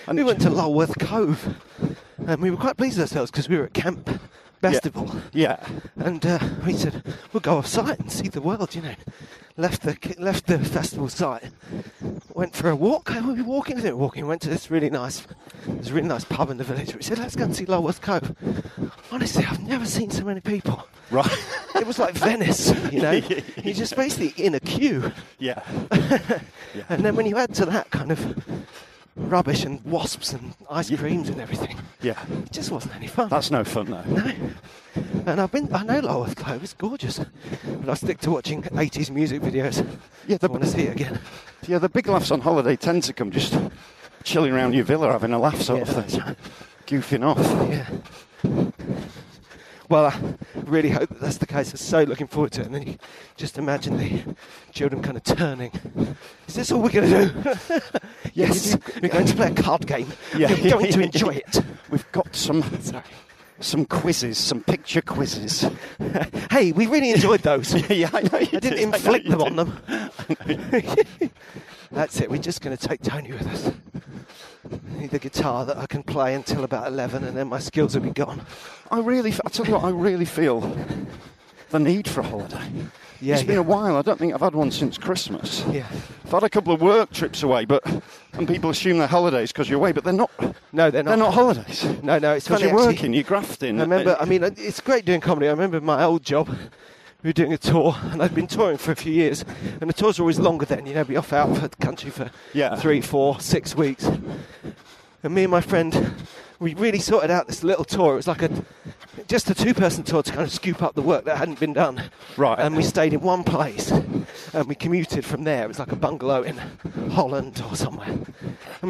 Speaker 3: And we went to Lulworth Cove, and we were quite pleased with ourselves because we were at Camp Festival.
Speaker 2: Yeah.
Speaker 3: And uh, we said, we'll go off site and see the world, you know. Left the left the festival site, went for a walk. We were walking, I think we were walking. Went to this really nice, this really nice pub in the village. We said, let's go and see Lulworth Cove. Honestly, I've never seen so many people.
Speaker 2: Right.
Speaker 3: It was like Venice, you know. You're just basically in a queue.
Speaker 2: yeah. yeah.
Speaker 3: And then when you add to that kind of rubbish and wasps and ice creams and everything,
Speaker 2: Yeah.
Speaker 3: it just wasn't any fun.
Speaker 2: That's no fun, though.
Speaker 3: No. And I've been, I know Lulworth Cove is gorgeous, but I stick to watching 80s music videos.
Speaker 2: Yeah,
Speaker 3: I
Speaker 2: the,
Speaker 3: want to see it again.
Speaker 2: yeah, the big laughs on holiday tend to come just chilling around your villa having a laugh, sort
Speaker 3: Yeah.
Speaker 2: of thing. Goofing off.
Speaker 3: Yeah. Well, I really hope that that's the case. I'm so looking forward to it. And then you just imagine the children kind of turning. Is this all we're going to do? yes. We're going to play a card game.
Speaker 2: Yeah.
Speaker 3: We're going to enjoy it.
Speaker 2: We've got some
Speaker 3: Sorry.
Speaker 2: some quizzes, some picture quizzes.
Speaker 3: Hey, we really enjoyed those.
Speaker 2: yeah, I know. You
Speaker 3: I didn't inflict them on them. That's it. We're just going to take Tony with us. I need the guitar that I can play until about 11 and then my skills will be gone.
Speaker 2: I really, f- I tell you what, I really feel the need for a holiday.
Speaker 3: Yeah,
Speaker 2: It's been
Speaker 3: yeah.
Speaker 2: a while. I don't think I've had one since Christmas.
Speaker 3: Yeah.
Speaker 2: I've had a couple of work trips away, but and people assume they're holidays because you're away, but they're not.
Speaker 3: No, they're not.
Speaker 2: They're not holidays.
Speaker 3: No, no, it's
Speaker 2: because
Speaker 3: funny,
Speaker 2: you're
Speaker 3: actually.
Speaker 2: working, you're grafting.
Speaker 3: I remember, I mean, uh, it's great doing comedy. I remember my old job, we were doing a tour, and I'd been touring for a few years, and the tours were always longer then, you know, be off out for the country for
Speaker 2: Yeah.
Speaker 3: three, four, six weeks. And me and my friend, we really sorted out this little tour. It was like a just a two person tour to kind of scoop up the work that hadn't been done.
Speaker 2: Right.
Speaker 3: And we stayed in one place and we commuted from there. It was like a bungalow in Holland or somewhere. And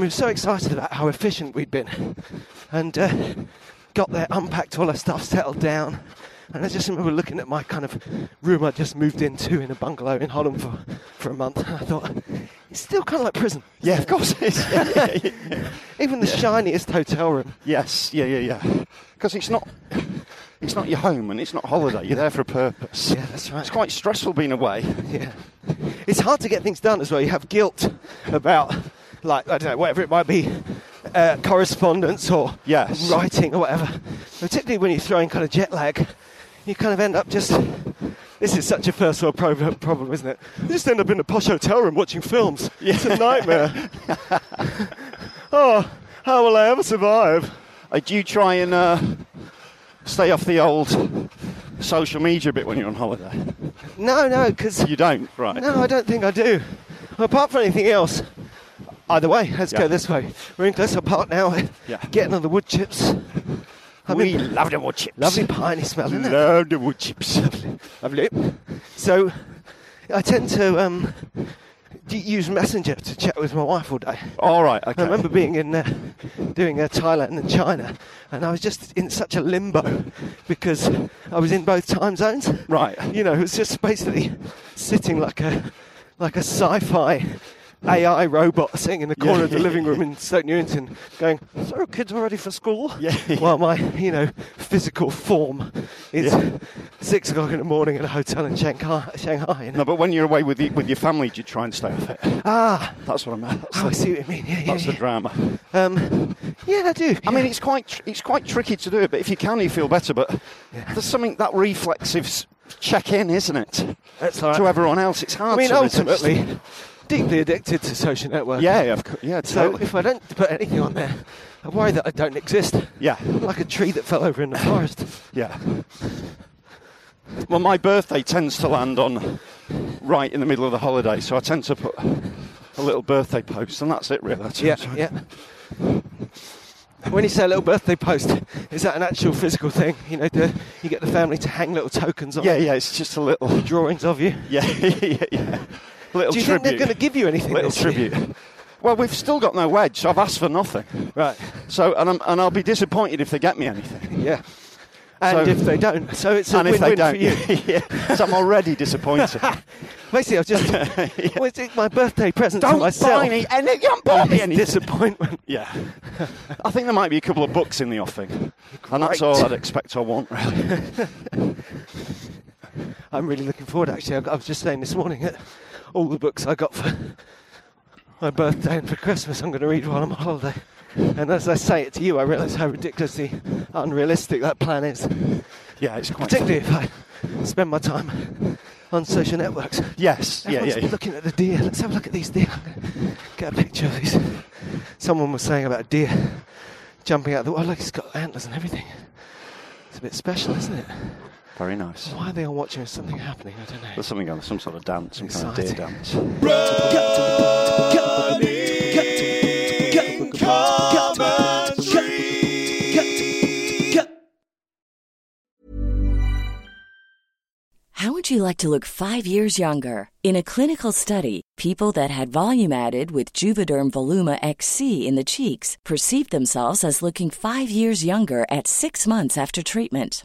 Speaker 3: we were so excited about how efficient we'd been. And uh, got there, unpacked all our stuff, settled down. And I just remember looking at my kind of room I just moved into in a bungalow in Holland for, for a month. And I thought, it's still kind of like prison.
Speaker 2: yeah, of course it is. Yeah, yeah, yeah, yeah.
Speaker 3: Even the shiniest hotel room.
Speaker 2: Yes, yeah, yeah, yeah. Because it's not, it's not your home and it's not holiday. You're there for a purpose.
Speaker 3: Yeah, that's right.
Speaker 2: It's quite stressful being away.
Speaker 3: Yeah. It's hard to get things done as well. You have guilt about, like, I don't know, whatever it might be, uh, correspondence or
Speaker 2: Yes.
Speaker 3: writing or whatever. Particularly when you throw in kind of jet lag, you kind of end up just. This is such a first world pro- problem, isn't it? You just end up in a posh hotel room watching films. It's a nightmare. oh, how will I ever survive?
Speaker 2: Uh, do you try and uh, stay off the old social media bit when you're on holiday?
Speaker 3: No, no, because.
Speaker 2: You don't, right?
Speaker 3: No, I don't think I do. Apart from anything else, either way, let's
Speaker 2: Yeah.
Speaker 3: go this way. We're in Glasgow Park now,
Speaker 2: Yeah.
Speaker 3: getting on the wood chips. I
Speaker 2: we
Speaker 3: mean,
Speaker 2: love the wood chips.
Speaker 3: lovely piney smell, isn't it?
Speaker 2: Love the wood chips.
Speaker 3: Lovely. So, I tend to um, d- use Messenger to chat with my wife all day.
Speaker 2: All right, okay.
Speaker 3: I remember being in uh, doing uh, Thailand and China, and I was just in such a limbo because I was in both time zones.
Speaker 2: Right.
Speaker 3: You know, it was just basically sitting like a like a sci-fi AI robot sitting in the corner of the
Speaker 2: Yeah.
Speaker 3: living room in Stoke Newington, going, "So, kids are ready for school."
Speaker 2: Yeah.
Speaker 3: While my you know physical form is
Speaker 2: Yeah.
Speaker 3: six o'clock in the morning at a hotel in Shanghai. Shanghai. you know.
Speaker 2: No, but when you're away with, you, with your family, do you try and stay off it?
Speaker 3: Ah,
Speaker 2: That's what I meant. That's,
Speaker 3: oh, I see what you mean. Yeah, yeah,
Speaker 2: that's the
Speaker 3: yeah.
Speaker 2: drama.
Speaker 3: Um, yeah, I do.
Speaker 2: I mean,
Speaker 3: yeah.
Speaker 2: it's quite tr- it's quite tricky to do it, but if you can, you feel better. But there's something that reflexive s- check in, isn't it?
Speaker 3: That's all right.
Speaker 2: To everyone else, it's hard.
Speaker 3: I mean,
Speaker 2: to resist.
Speaker 3: ultimately, deeply addicted to social network.
Speaker 2: yeah, yeah, of cou- yeah,
Speaker 3: So
Speaker 2: totally.
Speaker 3: if I don't put anything on there, I worry that I don't exist.
Speaker 2: Yeah.
Speaker 3: Like a tree that fell over in the forest.
Speaker 2: Yeah. Well, my birthday tends to land on right in the middle of the holiday, so I tend to put a little birthday post, and that's it, really. That's
Speaker 3: yeah,
Speaker 2: it.
Speaker 3: yeah. When you say a little birthday post, is that an actual physical thing? You know, do you get the family to hang little tokens on,
Speaker 2: yeah, yeah. It's just a little,
Speaker 3: drawings of you.
Speaker 2: yeah, yeah, yeah. Little
Speaker 3: do you
Speaker 2: tribute.
Speaker 3: think they're going to give you anything?
Speaker 2: little
Speaker 3: this year?
Speaker 2: tribute. Well, we've still got no wedge, so I've asked for nothing.
Speaker 3: right?
Speaker 2: So, and, I'm, and I'll be disappointed if they get me anything.
Speaker 3: Yeah. And
Speaker 2: So-
Speaker 3: if they don't, so it's a
Speaker 2: and if
Speaker 3: win-win
Speaker 2: they don't,
Speaker 3: for you.
Speaker 2: yeah, so I'm already disappointed.
Speaker 3: Basically, I was just well, it's my birthday present to
Speaker 2: don't
Speaker 3: myself.
Speaker 2: buy me, and you haven't bought me
Speaker 3: It's
Speaker 2: anything.
Speaker 3: disappointment.
Speaker 2: Yeah. I think there might be a couple of books in the offing. And that's
Speaker 3: Great.
Speaker 2: all I'd expect or want, really.
Speaker 3: I'm really looking forward. Actually, I got- I was just saying this morning that all the books I got for my birthday and for Christmas, I'm going to read while I'm on holiday. And as I say it to you, I realise how ridiculously unrealistic that plan is.
Speaker 2: Yeah, it's quite.
Speaker 3: Particularly if I spend my time on social networks.
Speaker 2: Yes, yeah, yeah.
Speaker 3: Everyone's Looking at the deer. Let's have a look at these deer. I'm gonna get a picture of these. Someone was saying about a deer jumping out of the water. Look, it's got antlers and everything. It's a bit special, isn't it?
Speaker 2: Very nice.
Speaker 3: Why are they all watching? Is something happening? I don't know.
Speaker 2: There's something on, some sort of dance, some kind of deer
Speaker 3: Exciting.
Speaker 2: dance.
Speaker 4: How Would you like to look five years younger? In a clinical study, people that had volume added with Juvederm Voluma XC in the cheeks perceived themselves as looking five years younger at six months after treatment.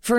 Speaker 4: For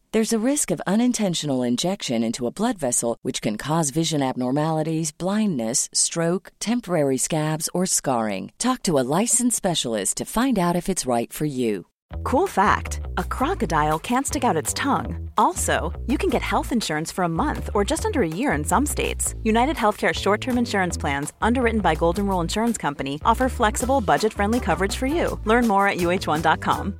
Speaker 4: There's a risk of unintentional injection into a blood vessel, which can cause vision abnormalities, blindness, stroke, temporary scabs, or scarring. Talk to a licensed specialist to find out if it's right for you.
Speaker 5: Cool fact a crocodile can't stick out its tongue. Also, you can get health insurance for a month or just under a year in some states. United Healthcare short term insurance plans, underwritten by Golden Rule Insurance Company, offer flexible, budget friendly coverage for you. Learn more at uh1.com.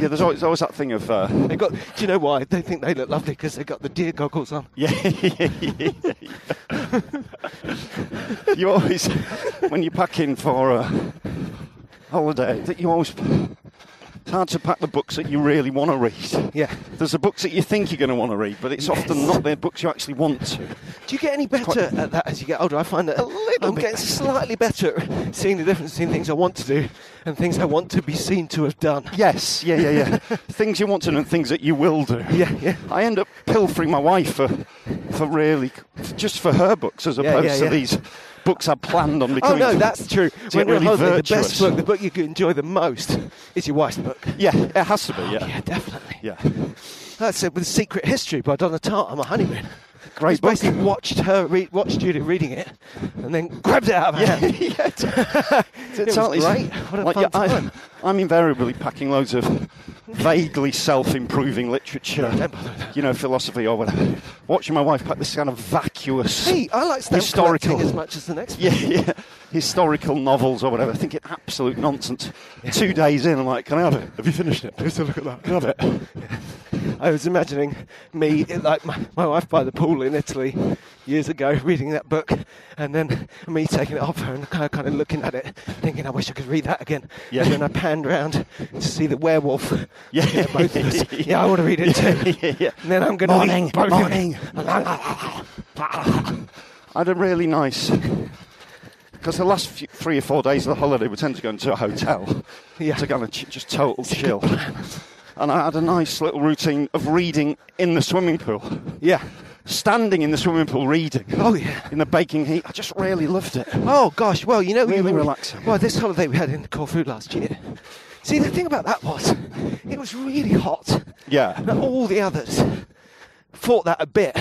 Speaker 2: Yeah, there's always, always that thing of. Uh,
Speaker 3: They got. Do you know why? They think they look lovely because they got the deer goggles on.
Speaker 2: yeah. you always, when you're packing for a holiday, that you always. It's hard to pack the books that you really want to read.
Speaker 3: Yeah.
Speaker 2: There's the books that you think you're going to want to read, but it's often not the books you actually want to.
Speaker 3: Do you get any better at that as you get older? I find that a little I'm
Speaker 2: bit
Speaker 3: getting
Speaker 2: better.
Speaker 3: slightly better at seeing the difference between things I want to do and things I want to be seen to have done.
Speaker 2: Yes, yeah, yeah, yeah. things you want to do and things that you will do.
Speaker 3: Yeah, yeah.
Speaker 2: I end up pilfering my wife for, for really, just for her books as
Speaker 3: Yeah,
Speaker 2: opposed
Speaker 3: yeah,
Speaker 2: to
Speaker 3: yeah.
Speaker 2: these books I planned on
Speaker 3: Oh
Speaker 2: becoming.
Speaker 3: no, that's true.
Speaker 2: to
Speaker 3: When
Speaker 2: get
Speaker 3: you're
Speaker 2: really
Speaker 3: on holiday, the
Speaker 2: virtuous.
Speaker 3: best book, the book you can enjoy the most, is your wife's book.
Speaker 2: Yeah, it has to be.
Speaker 3: Oh,
Speaker 2: Yeah,
Speaker 3: definitely.
Speaker 2: yeah.
Speaker 3: That's it. With Secret History by Donna Tartt on my honeymoon. I
Speaker 2: Great book.
Speaker 3: basically watched her, read, watched Judith reading it, and then grabbed it out of her
Speaker 2: Yeah,
Speaker 3: hand.
Speaker 2: yeah.
Speaker 3: It was
Speaker 2: totally.
Speaker 3: great. What a
Speaker 2: Like,
Speaker 3: fun
Speaker 2: yeah, I-
Speaker 3: time.
Speaker 2: I'm invariably packing loads of vaguely self-improving literature, you know, philosophy or whatever. Watching my wife pack this kind of vacuous.
Speaker 3: Hey, I like stamp
Speaker 2: Historical.
Speaker 3: collecting as much as the next.
Speaker 2: yeah, yeah, historical novels or whatever. I think it absolute nonsense. Two days in, I'm like, can I have it? Have you finished it? Please look at that. Can I have it?
Speaker 3: I was imagining me, like my, my wife by the pool in Italy years ago, reading that book, and then me taking it off her and kind of, kind of looking at it, thinking, I wish I could read that again.
Speaker 2: Yeah.
Speaker 3: And then I panned round to see the werewolf.
Speaker 2: Yeah.
Speaker 3: You know, both of us. Yeah, I want to read it too.
Speaker 2: Yeah, yeah.
Speaker 3: And then I'm going to
Speaker 2: morning,
Speaker 3: eat both
Speaker 2: morning.
Speaker 3: Of them.
Speaker 2: I had a really nice. Because the last few, three or four days of the holiday, we tend to go into a hotel
Speaker 3: Yeah.
Speaker 2: to kind of ch- just total chill. And I had a nice little routine of reading in the swimming pool,
Speaker 3: Yeah.
Speaker 2: standing in the swimming pool reading.
Speaker 3: Oh, yeah.
Speaker 2: In the baking heat, I just really loved it.
Speaker 3: Oh gosh, well you know you
Speaker 2: Really
Speaker 3: were-
Speaker 2: relaxing.
Speaker 3: Well, this holiday we had in Corfu last year. See, the thing about that was, it was really hot.
Speaker 2: Yeah.
Speaker 3: And all the others fought that a bit,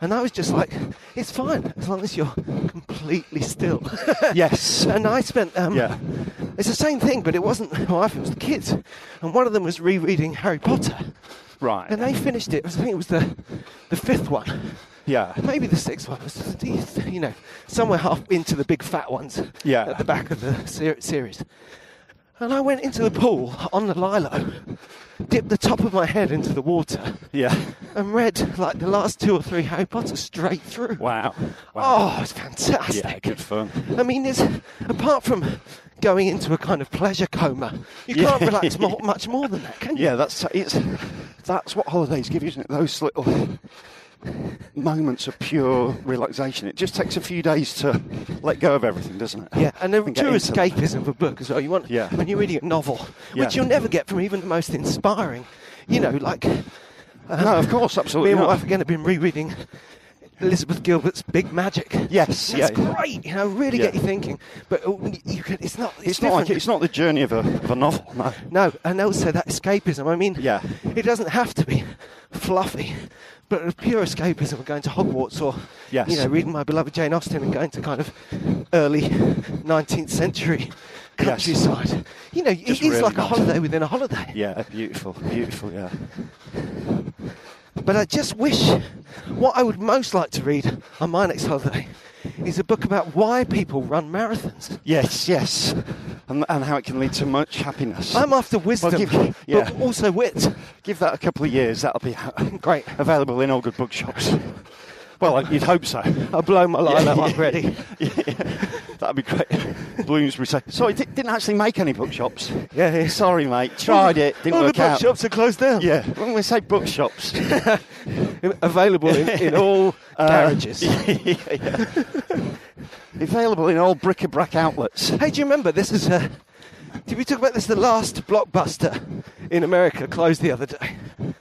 Speaker 3: and I was just like, it's fine as long as you're completely still.
Speaker 2: Yes.
Speaker 3: and I spent. Um,
Speaker 2: Yeah.
Speaker 3: It's the same thing, but it wasn't my wife; it was the kids, and one of them was rereading Harry Potter,
Speaker 2: Right.
Speaker 3: and they finished it. I think it was the the fifth one
Speaker 2: yeah.
Speaker 3: maybe the sixth one was, you know, somewhere half into the big fat ones
Speaker 2: Yeah.
Speaker 3: at the back of the ser- series. And I went into the pool on the Lilo, dipped the top of my head into the water,
Speaker 2: Yeah.
Speaker 3: and read like the last two or three Harry Potter straight through.
Speaker 2: Wow. wow.
Speaker 3: Oh, it's
Speaker 2: Yeah,
Speaker 3: fantastic.
Speaker 2: good fun.
Speaker 3: I mean, it's, apart from going into a kind of pleasure coma, you
Speaker 2: Yeah.
Speaker 3: can't relax mo- much more than that, can you?
Speaker 2: Yeah, that's it's that's what holidays give you, isn't it? Those little moments of pure relaxation. It just takes a few days to let go of everything, doesn't it?
Speaker 3: Yeah, and the
Speaker 2: get
Speaker 3: true
Speaker 2: into that.
Speaker 3: escapism of a book as well. You want
Speaker 2: Yeah.
Speaker 3: when you're reading a novel,
Speaker 2: Yeah.
Speaker 3: which you'll never get from even the most inspiring. you know, like uh,
Speaker 2: no, of course,
Speaker 3: me
Speaker 2: absolutely.
Speaker 3: and my
Speaker 2: not.
Speaker 3: wife are going to be rereading Elizabeth Gilbert's Big Magic.
Speaker 2: Yes,
Speaker 3: that's
Speaker 2: yeah, yeah.
Speaker 3: great. You know, really get
Speaker 2: Yeah.
Speaker 3: you thinking. But uh, you can, it's not. It's,
Speaker 2: It's not like
Speaker 3: different.
Speaker 2: it's not the journey of a, of a novel. No.
Speaker 3: No, and also that escapism. I mean,
Speaker 2: Yeah.
Speaker 3: it doesn't have to be fluffy, but a pure escapism of going to Hogwarts or,
Speaker 2: Yes.
Speaker 3: you know, reading my beloved Jane Austen and going to kind of early 19th century countryside. You know,
Speaker 2: Just
Speaker 3: it is
Speaker 2: really
Speaker 3: like a
Speaker 2: nice.
Speaker 3: holiday within a holiday.
Speaker 2: Yeah, beautiful, beautiful. Yeah.
Speaker 3: But I just wish what I would most like to read on my next holiday is a book about why people run marathons.
Speaker 2: Yes, yes, and, and how it can lead to much happiness.
Speaker 3: I'm after wisdom,
Speaker 2: give- yeah.
Speaker 3: but also wit.
Speaker 2: Give that a couple of years. That'll be out.
Speaker 3: Great.
Speaker 2: Available in all good bookshops. Well, I- you'd hope so.
Speaker 3: I blow my line
Speaker 2: Yeah,
Speaker 3: up
Speaker 2: yeah.
Speaker 3: already.
Speaker 2: That'd be great. Bloomsbury say, sorry, di- didn't actually make any bookshops.
Speaker 3: Yeah, yeah.
Speaker 2: Sorry, mate. Tried it. Didn't
Speaker 3: All
Speaker 2: work
Speaker 3: the
Speaker 2: out.
Speaker 3: bookshops are closed down.
Speaker 2: Yeah. When we say bookshops, uh,
Speaker 3: available in, in all garages.
Speaker 2: available in all bric-a-brac outlets.
Speaker 3: Hey, do you remember this is a? Did we talk about this? The last blockbuster in America closed the other day, and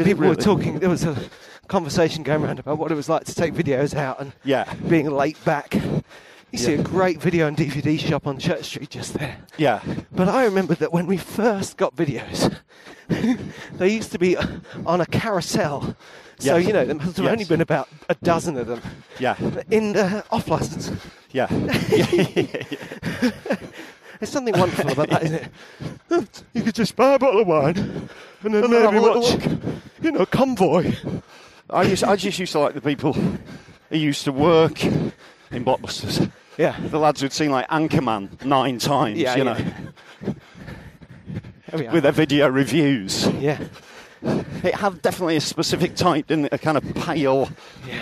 Speaker 2: it
Speaker 3: people were
Speaker 2: really?
Speaker 3: talking. There was a conversation going around about what it was like to take videos out and
Speaker 2: Yeah.
Speaker 3: being late back. You see
Speaker 2: Yeah.
Speaker 3: a great video and DVD shop on Church Street just there.
Speaker 2: Yeah.
Speaker 3: But I remember that when we first got videos, they used to be uh, on a carousel. So,
Speaker 2: Yes.
Speaker 3: you know, there must have
Speaker 2: Yes.
Speaker 3: only been about a dozen of them.
Speaker 2: Yeah.
Speaker 3: In uh, off license.
Speaker 2: Yeah. yeah.
Speaker 3: There's something wonderful about that, isn't it? You could just buy a bottle of wine and then maybe
Speaker 2: have a little
Speaker 3: watch, you know, Convoy.
Speaker 2: I, used, I just used to like the people who used to work in blockbusters.
Speaker 3: Yeah.
Speaker 2: The lads who'd seen like Anchorman nine times,
Speaker 3: Yeah,
Speaker 2: you
Speaker 3: yeah.
Speaker 2: know,
Speaker 3: There we are.
Speaker 2: with their video reviews.
Speaker 3: yeah.
Speaker 2: It had definitely a specific type, didn't it? A kind of pale,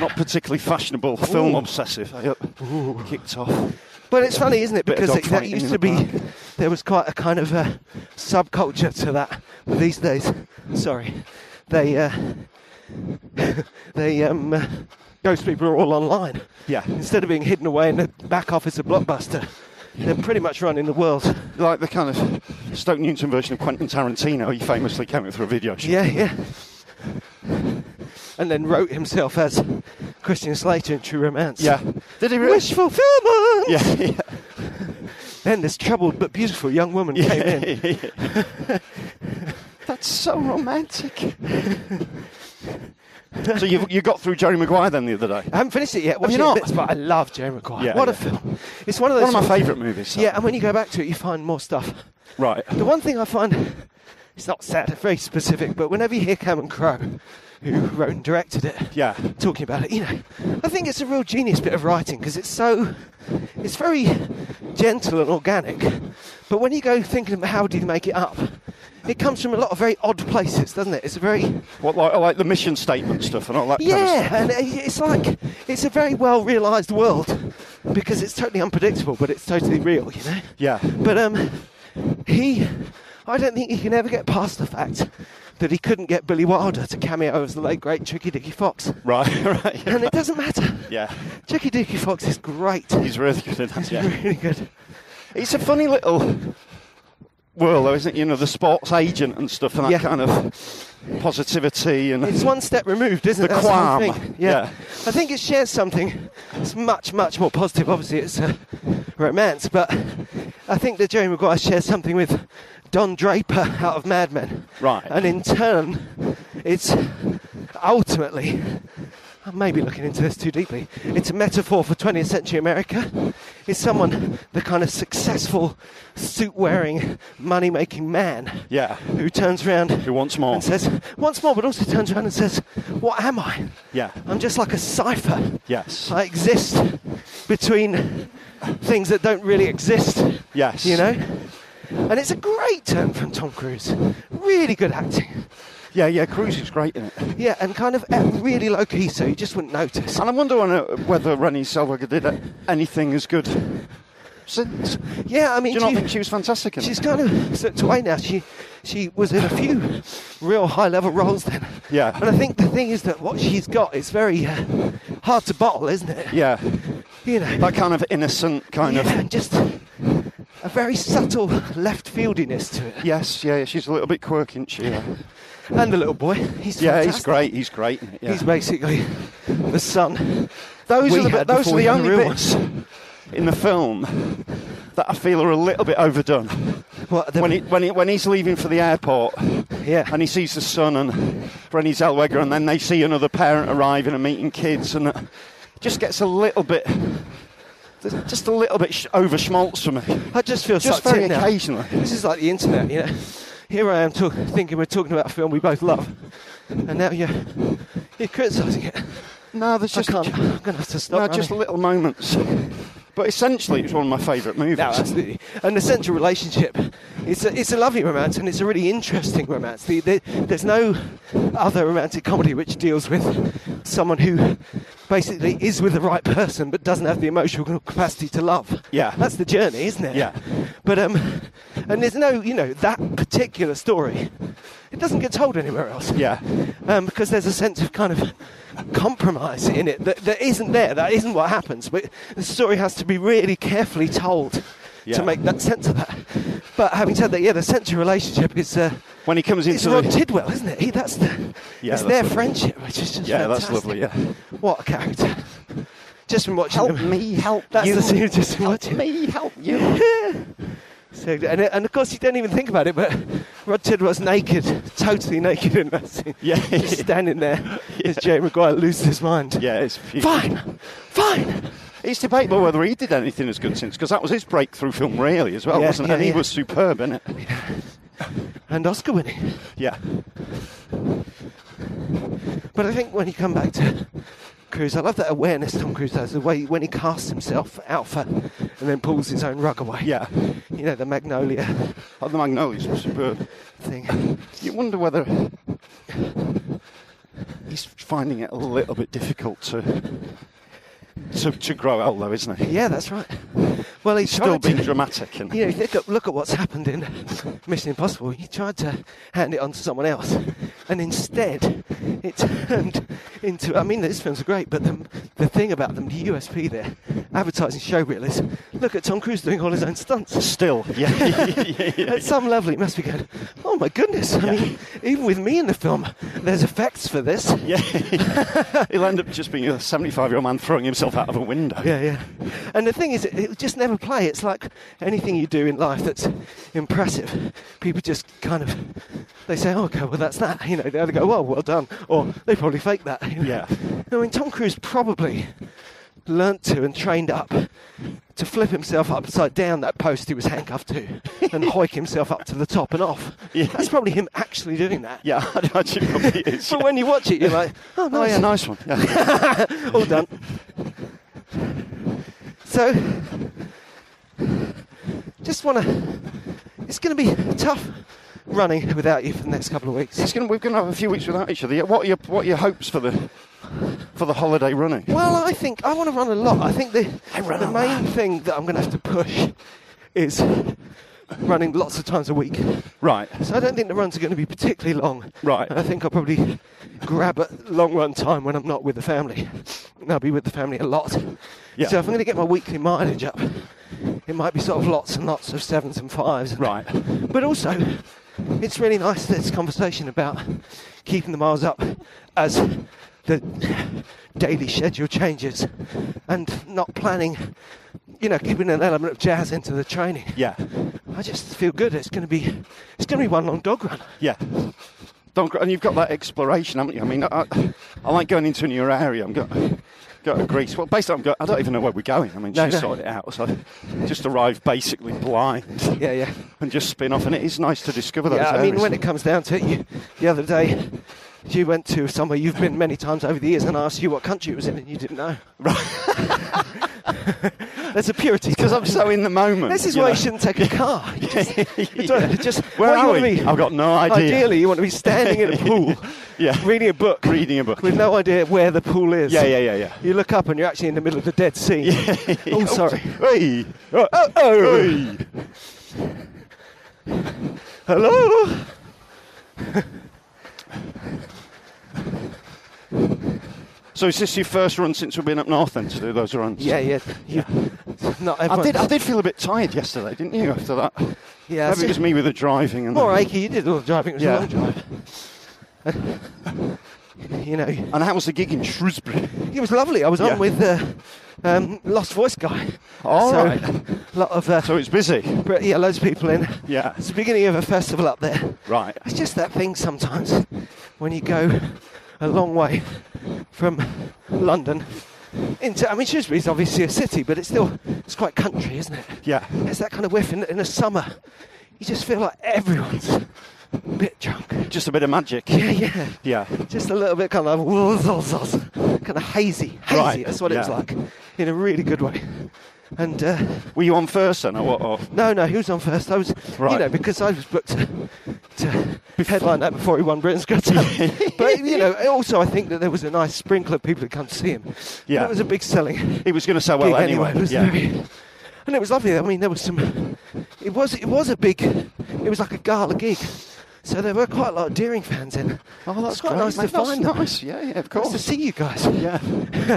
Speaker 2: not particularly fashionable, film obsessive. I got kicked off.
Speaker 3: But it's funny, isn't it?
Speaker 2: Bit of
Speaker 3: Because it,
Speaker 2: dogfighting
Speaker 3: that
Speaker 2: in
Speaker 3: used
Speaker 2: the
Speaker 3: to be,
Speaker 2: park.
Speaker 3: there was quite a kind of uh subculture to that. But these days, sorry, they uh, they um, uh, ghost people are all online.
Speaker 2: Yeah.
Speaker 3: Instead of being hidden away in the back office of Blockbuster, they're pretty much running the world.
Speaker 2: Like the kind of Stoke Newton version of Quentin Tarantino, he famously came in for a video shoot.
Speaker 3: Yeah, yeah. And then wrote himself as Christian Slater in True Romance.
Speaker 2: Yeah. Did he really?
Speaker 3: Wish fulfillment.
Speaker 2: Yeah, yeah.
Speaker 3: Then this troubled but beautiful young woman came in.
Speaker 2: That's so romantic. so you you got through Jerry Maguire then the other day.
Speaker 3: I haven't finished it yet.
Speaker 2: Have you
Speaker 3: watched it
Speaker 2: not?
Speaker 3: bits, but I love Jerry Maguire.
Speaker 2: Yeah,
Speaker 3: what a
Speaker 2: yeah.
Speaker 3: film! It's one of those.
Speaker 2: One of my
Speaker 3: sort
Speaker 2: favourite movies. that.
Speaker 3: Yeah, and when you go back to it, you find more stuff.
Speaker 2: right.
Speaker 3: The one thing I find, it's not sad, very specific, but whenever you hear Cameron Crowe, who wrote and directed it,
Speaker 2: Yeah.
Speaker 3: talking about it, you know, I think it's a real genius bit of writing because it's so, it's very gentle and organic. But when you go thinking about how did he make it up, it comes from a lot of very odd places, doesn't it? It's a very
Speaker 2: What like, like the mission statement stuff and all that. Kind of
Speaker 3: yeah,
Speaker 2: stuff.
Speaker 3: and it- it's like it's a very well realised world because it's totally unpredictable, but it's totally real, you know.
Speaker 2: Yeah.
Speaker 3: But um, he, I don't think he can ever get past the fact that he couldn't get Billy Wilder to cameo as the late great Tricky Dicky Fox,
Speaker 2: Right. Right.
Speaker 3: and it doesn't matter.
Speaker 2: Yeah.
Speaker 3: Tricky Dicky Fox is great.
Speaker 2: He's really good at that.
Speaker 3: He's
Speaker 2: Yeah.
Speaker 3: really good.
Speaker 2: It's a funny little world, though, isn't it? You know, the sports agent and stuff, and that
Speaker 3: Yeah.
Speaker 2: kind of positivity and
Speaker 3: It's one step removed, isn't it?
Speaker 2: The
Speaker 3: That's whole
Speaker 2: qualm.
Speaker 3: thing. Yeah.
Speaker 2: Yeah.
Speaker 3: I think it shares something. It's much, much more positive. Obviously, it's a romance, but I think that Jerry Maguire shares something with Don Draper out of Mad Men.
Speaker 2: Right.
Speaker 3: And in turn, it's ultimately. I may be looking into this too deeply. It's a metaphor for 20th century America. It's someone, the kind of successful, suit wearing, money making man
Speaker 2: Yeah.
Speaker 3: who turns around
Speaker 2: Who wants more.
Speaker 3: and says once more but also turns around and says what am i
Speaker 2: Yeah.
Speaker 3: i'm just like a cipher
Speaker 2: Yes.
Speaker 3: i exist between things that don't really exist
Speaker 2: Yes.
Speaker 3: you know and it's a great turn from tom cruise really good acting
Speaker 2: Yeah. Yeah. Cruise is great in it.
Speaker 3: yeah and kind of uh, really low key so you just wouldn't notice
Speaker 2: And I wonder on, uh, whether Rennie Zellweger did uh, anything as good since. Do
Speaker 3: yeah i mean
Speaker 2: you not
Speaker 3: do you-
Speaker 2: think she was fantastic in
Speaker 3: She's
Speaker 2: it?
Speaker 3: kind of slipped away now. She she was in a few real high level roles then.
Speaker 2: Yeah.
Speaker 3: And I think the thing is that what she's got is very uh, hard to bottle, isn't it?
Speaker 2: Yeah,
Speaker 3: You know.
Speaker 2: that kind of innocent kind
Speaker 3: yeah,
Speaker 2: of.
Speaker 3: Just a very subtle left fieldiness to it.
Speaker 2: Yes, yeah, yeah, she's a little bit quirky, isn't she? Yeah,
Speaker 3: And the little boy, he's
Speaker 2: yeah he's
Speaker 3: fantastic.
Speaker 2: great. He's great. isn't he? Yeah.
Speaker 3: He's basically the son.
Speaker 2: those
Speaker 3: we
Speaker 2: are the,
Speaker 3: had
Speaker 2: those
Speaker 3: before
Speaker 2: are the
Speaker 3: you
Speaker 2: only
Speaker 3: ruined
Speaker 2: bits in the film that I feel are a little bit overdone.
Speaker 3: What, the-
Speaker 2: When, he, when, he, when he's leaving for the airport
Speaker 3: yeah,
Speaker 2: and he sees the son and Rennie Zellweger, and then they see another parent arriving and meeting kids, and it just gets a little bit, just a little bit sh- over schmaltz for me.
Speaker 3: I just feel
Speaker 2: Just
Speaker 3: sucked
Speaker 2: very
Speaker 3: in now.
Speaker 2: occasionally.
Speaker 3: This is like the internet, you know. Here I am talk- thinking we're talking about a film we both love, and now you're you're criticising it.
Speaker 2: No, there's just
Speaker 3: I can't. I'm going to have to
Speaker 2: no,
Speaker 3: stop.
Speaker 2: just
Speaker 3: running.
Speaker 2: little moments. But essentially, it was one of my favourite movies.
Speaker 3: No, absolutely. An essential relationship. It's a, it's a lovely romance and it's a really interesting romance. The, the, there's no other romantic comedy which deals with someone who basically is with the right person but doesn't have the emotional capacity to love.
Speaker 2: Yeah.
Speaker 3: That's the journey, isn't it?
Speaker 2: Yeah.
Speaker 3: But, um, and there's no, you know, that particular story, it doesn't get told anywhere else.
Speaker 2: Yeah.
Speaker 3: Um, because there's a sense of kind of compromise in it that, that isn't there. That isn't what happens. But the story has to be really carefully told
Speaker 2: Yeah.
Speaker 3: to make that sense of that. But having said that, yeah, the sense of relationship is uh,
Speaker 2: When he comes
Speaker 3: it's
Speaker 2: into
Speaker 3: Rod
Speaker 2: the-
Speaker 3: Tidwell, isn't it? He, that's the
Speaker 2: Yeah,
Speaker 3: it's
Speaker 2: that's
Speaker 3: their
Speaker 2: lovely.
Speaker 3: friendship, which is just
Speaker 2: Yeah, that's
Speaker 3: fantastic.
Speaker 2: lovely, yeah.
Speaker 3: what a character. Just from watching
Speaker 2: Help
Speaker 3: them-
Speaker 2: me, help
Speaker 3: That's
Speaker 2: you.
Speaker 3: the scene just from
Speaker 2: Help
Speaker 3: watching
Speaker 2: me, help you.
Speaker 3: So, and, and of course, you don't even think about it, but Rod Tidwell's naked, totally naked in that scene.
Speaker 2: Yeah.
Speaker 3: Just standing there as Jay Maguire loses his mind.
Speaker 2: Yeah, it's beautiful.
Speaker 3: Fine, fine.
Speaker 2: It's debatable whether he did anything as good since, because that was his breakthrough film, really, as well,
Speaker 3: Yeah,
Speaker 2: wasn't it?
Speaker 3: yeah,
Speaker 2: and he
Speaker 3: yeah.
Speaker 2: was superb in it.
Speaker 3: And Oscar winning.
Speaker 2: Yeah.
Speaker 3: But I think when you come back to Cruise, I love that awareness Tom Cruise has, the way when he casts himself out for and then pulls his own rug away.
Speaker 2: Yeah.
Speaker 3: You know, the Magnolia
Speaker 2: Oh, the Magnolias was superb.
Speaker 3: thing.
Speaker 2: You wonder whether he's finding it a little bit difficult to to, to grow out, though, isn't he?
Speaker 3: Yeah, that's right. Well, he's
Speaker 2: He's still
Speaker 3: trying to-
Speaker 2: being dramatic. And,
Speaker 3: You know, look at, look at what's happened in Mission Impossible. He tried to hand it on to someone else, and instead it turned into. I mean, these films are great, but the, the thing about them, the USP there, advertising showreel is look at Tom Cruise doing all his own stunts.
Speaker 2: Still, yeah.
Speaker 3: At some level, it must be going, oh my goodness. I mean, even with me in the film, there's effects for this.
Speaker 2: yeah. He'll end up just being a 75 year old man throwing himself out of a window.
Speaker 3: Yeah, yeah. And the thing is, it, it'll just never play. It's like anything you do in life that's impressive. People just kind of, they say, oh, okay, well, that's that. You know, they either go, well, well done, or they probably fake that. you know.
Speaker 2: Yeah.
Speaker 3: I mean, Tom Cruise probably learnt to and trained up to flip himself upside down that post he was handcuffed to and hoik himself up to the top and off.
Speaker 2: Yeah.
Speaker 3: That's probably him actually doing that.
Speaker 2: Yeah, I imagine it probably is.
Speaker 3: But when you watch it, you're like, oh,
Speaker 2: Oh,
Speaker 3: nice.
Speaker 2: yeah, nice one. Yeah.
Speaker 3: All done. So, just want to. It's going to be tough running without you for the next couple of
Speaker 2: It's
Speaker 3: weeks.
Speaker 2: gonna, we're going to have a few weeks without each other. Yeah, What are your, what are your hopes for the, for the holiday running?
Speaker 3: Well, I think I want to run a lot. I think the,
Speaker 2: run
Speaker 3: the
Speaker 2: a
Speaker 3: main thing that I'm going to have to push is running lots of times a week.
Speaker 2: Right.
Speaker 3: So I don't think the runs are going to be particularly long.
Speaker 2: Right.
Speaker 3: And I think I'll probably grab a long run time when I'm not with the family. And I'll be with the family a lot.
Speaker 2: Yeah.
Speaker 3: So if I'm going to get my weekly mileage up, it might be sort of lots and lots of sevens and fives.
Speaker 2: Right.
Speaker 3: But also, it's really nice this conversation about keeping the miles up as the daily schedule changes and not planning, you know, keeping an element of jazz into the training.
Speaker 2: Yeah.
Speaker 3: I just feel good. It's going to be, it's going to be one long dog run.
Speaker 2: Yeah. Don't, gr- and you've got that exploration, haven't you? I mean, I, I, I like going into a new area. I'm going, going to Greece. Well, basically, I'm go I don't even know where we're going. I mean,
Speaker 3: No,
Speaker 2: she
Speaker 3: no.
Speaker 2: sorted it out. So I just arrived basically blind
Speaker 3: Yeah, yeah.
Speaker 2: and just spin off. And it is nice to discover those
Speaker 3: Yeah, I
Speaker 2: areas.
Speaker 3: mean, when it comes down to it, you, the other day you went to somewhere you've been many times over the years, and I asked you what country it was in, and you didn't know. Right. That's a purity.
Speaker 2: Because I'm so in the moment.
Speaker 3: This is
Speaker 2: you
Speaker 3: why
Speaker 2: know.
Speaker 3: you shouldn't take a car. You just, you don't- just-
Speaker 2: Where
Speaker 3: what you
Speaker 2: are
Speaker 3: wanna
Speaker 2: we?
Speaker 3: be-
Speaker 2: I've got no idea.
Speaker 3: Ideally, you want to be standing in a pool,
Speaker 2: Yeah.
Speaker 3: reading a book,
Speaker 2: Reading a book.
Speaker 3: with no idea where the pool is.
Speaker 2: Yeah, yeah, yeah, yeah.
Speaker 3: You look up and you're actually in the middle of the Dead Sea. Oh, sorry.
Speaker 2: Hey. Oh, oh, oh. Hey.
Speaker 3: Hello.
Speaker 2: So is this your first run since we've been up north then to do those runs?
Speaker 3: Yeah, yeah. You, Not
Speaker 2: I
Speaker 3: everyone.
Speaker 2: did. I did feel a bit tired yesterday, didn't you? After that,
Speaker 3: Yeah,
Speaker 2: Maybe
Speaker 3: I
Speaker 2: it was
Speaker 3: see.
Speaker 2: me with the driving and.
Speaker 3: More
Speaker 2: the-
Speaker 3: achy. You did all the driving. It was
Speaker 2: Yeah.
Speaker 3: a long drive. you know,
Speaker 2: And how was the gig in Shrewsbury?
Speaker 3: it was lovely. I was
Speaker 2: Yeah.
Speaker 3: on with uh, um, Lost Voice guy.
Speaker 2: All
Speaker 3: so,
Speaker 2: right.
Speaker 3: lot of uh,
Speaker 2: So it's busy.
Speaker 3: Brit- yeah, loads of people in.
Speaker 2: Yeah.
Speaker 3: It's the beginning of a festival up there.
Speaker 2: Right.
Speaker 3: It's just that thing sometimes when you go a long way from London into. I mean, Shrewsbury's obviously a city, but it's still it's quite country, isn't it?
Speaker 2: Yeah.
Speaker 3: It's that kind of whiff in, in the summer. You just feel like everyone's a bit drunk.
Speaker 2: Just a bit of magic.
Speaker 3: Yeah, yeah.
Speaker 2: Yeah.
Speaker 3: Just a little bit kind of kind of hazy, hazy.
Speaker 2: Right,
Speaker 3: That's what it was
Speaker 2: yeah.
Speaker 3: like, in a really good way. And uh,
Speaker 2: Were you on first then, or what? Or?
Speaker 3: no, no, he was on first. I was, you
Speaker 2: Right.
Speaker 3: know, because I was booked to, to headline that before he won Britain's Got Talent. but you know, also I think that there was a nice sprinkle of people who come to see him.
Speaker 2: Yeah.
Speaker 3: it was a big selling.
Speaker 2: He was going to say well
Speaker 3: gig
Speaker 2: anyway.
Speaker 3: It was
Speaker 2: yeah.
Speaker 3: very- and it was lovely. I mean, there was some. It was it was a big. It was like a gala gig, so there were quite a lot of Deering fans in.
Speaker 2: Oh, that's
Speaker 3: It's quite
Speaker 2: great,
Speaker 3: nice
Speaker 2: mate.
Speaker 3: to find
Speaker 2: That's
Speaker 3: them.
Speaker 2: nice. Yeah, yeah,
Speaker 3: Nice
Speaker 2: of
Speaker 3: to
Speaker 2: course.
Speaker 3: see you guys.
Speaker 2: Yeah.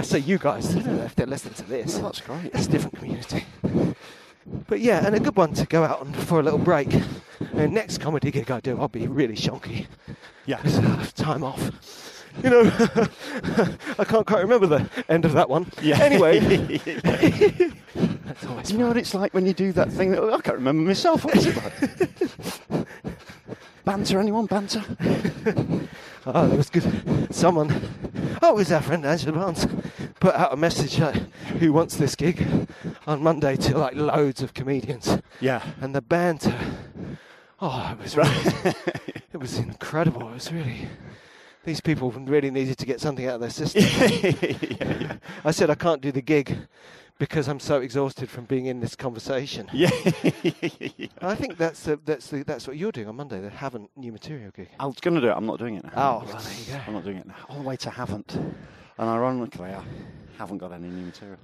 Speaker 3: so you guys, I don't know if they're listening to this.
Speaker 2: Well, that's great.
Speaker 3: That's a different community. But yeah, and a good one to go out on for a little break. And next comedy gig I do, I'll be really shonky. Because
Speaker 2: Yeah.
Speaker 3: I'll have time off. You know, I can't quite remember the end of that one.
Speaker 2: Yeah.
Speaker 3: Anyway, that's always
Speaker 2: Do you know what it's like when you do that thing? That, I can't remember myself. What was it like? banter, anyone? Banter?
Speaker 3: Oh, that was good. Someone, oh, it was our friend Angela Barnes, put out a message like, who wants this gig on Monday to like loads of comedians.
Speaker 2: Yeah.
Speaker 3: And the banter, oh, it was really, it was incredible. It was really, these people really needed to get something out of their system. I said, I can't do the gig because I'm so exhausted from being in this conversation.
Speaker 2: Yeah.
Speaker 3: I think that's, the, that's, the, that's what you're doing on Monday, the Haven't New Material gig.
Speaker 2: I was going to do it. I'm not doing it now.
Speaker 3: Oh, well, there you go.
Speaker 2: I'm not doing it now. All the way to haven't. And ironically, I haven't got any new material.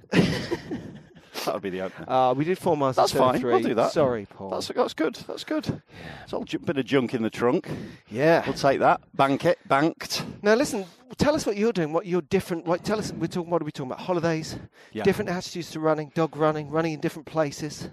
Speaker 2: that would be the opener.
Speaker 3: Uh, we did four miles.
Speaker 2: that's
Speaker 3: instead of
Speaker 2: fine.
Speaker 3: Three.
Speaker 2: I'll do that.
Speaker 3: Sorry, Paul.
Speaker 2: That's, that's good. That's good. It's all ju- bit of junk in the trunk.
Speaker 3: yeah.
Speaker 2: We'll take that. Bank it. Banked.
Speaker 3: now listen. Tell us what you're doing. What you're different. Like, tell us. We're talking. What are we talking about? Holidays.
Speaker 2: Yeah.
Speaker 3: Different attitudes to running. Dog running. Running in different places.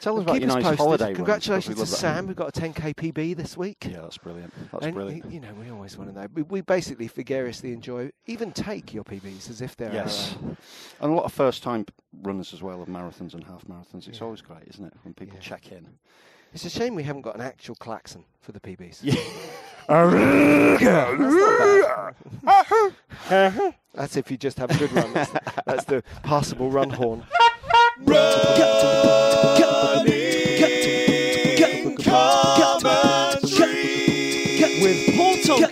Speaker 2: Tell us
Speaker 3: And
Speaker 2: about
Speaker 3: keep
Speaker 2: your
Speaker 3: us
Speaker 2: nice
Speaker 3: posted.
Speaker 2: holiday. ones, 'cause
Speaker 3: Congratulations
Speaker 2: we
Speaker 3: to
Speaker 2: love that.
Speaker 3: Sam. We've got a 10k PB this week.
Speaker 2: Yeah, that's brilliant. That's
Speaker 3: And,
Speaker 2: brilliant.
Speaker 3: You know, we always want to know. We, we basically vicariously enjoy, even take your PBs as if they're our
Speaker 2: Yes.
Speaker 3: own.
Speaker 2: And a lot of first time runners as well of marathons and half marathons. It's always great, isn't it, when people
Speaker 3: Yeah.
Speaker 2: check in?
Speaker 3: It's a shame we haven't got an actual klaxon for the PBs. That's if you just have a good run. That's, that's the passable run horn.
Speaker 6: With Paul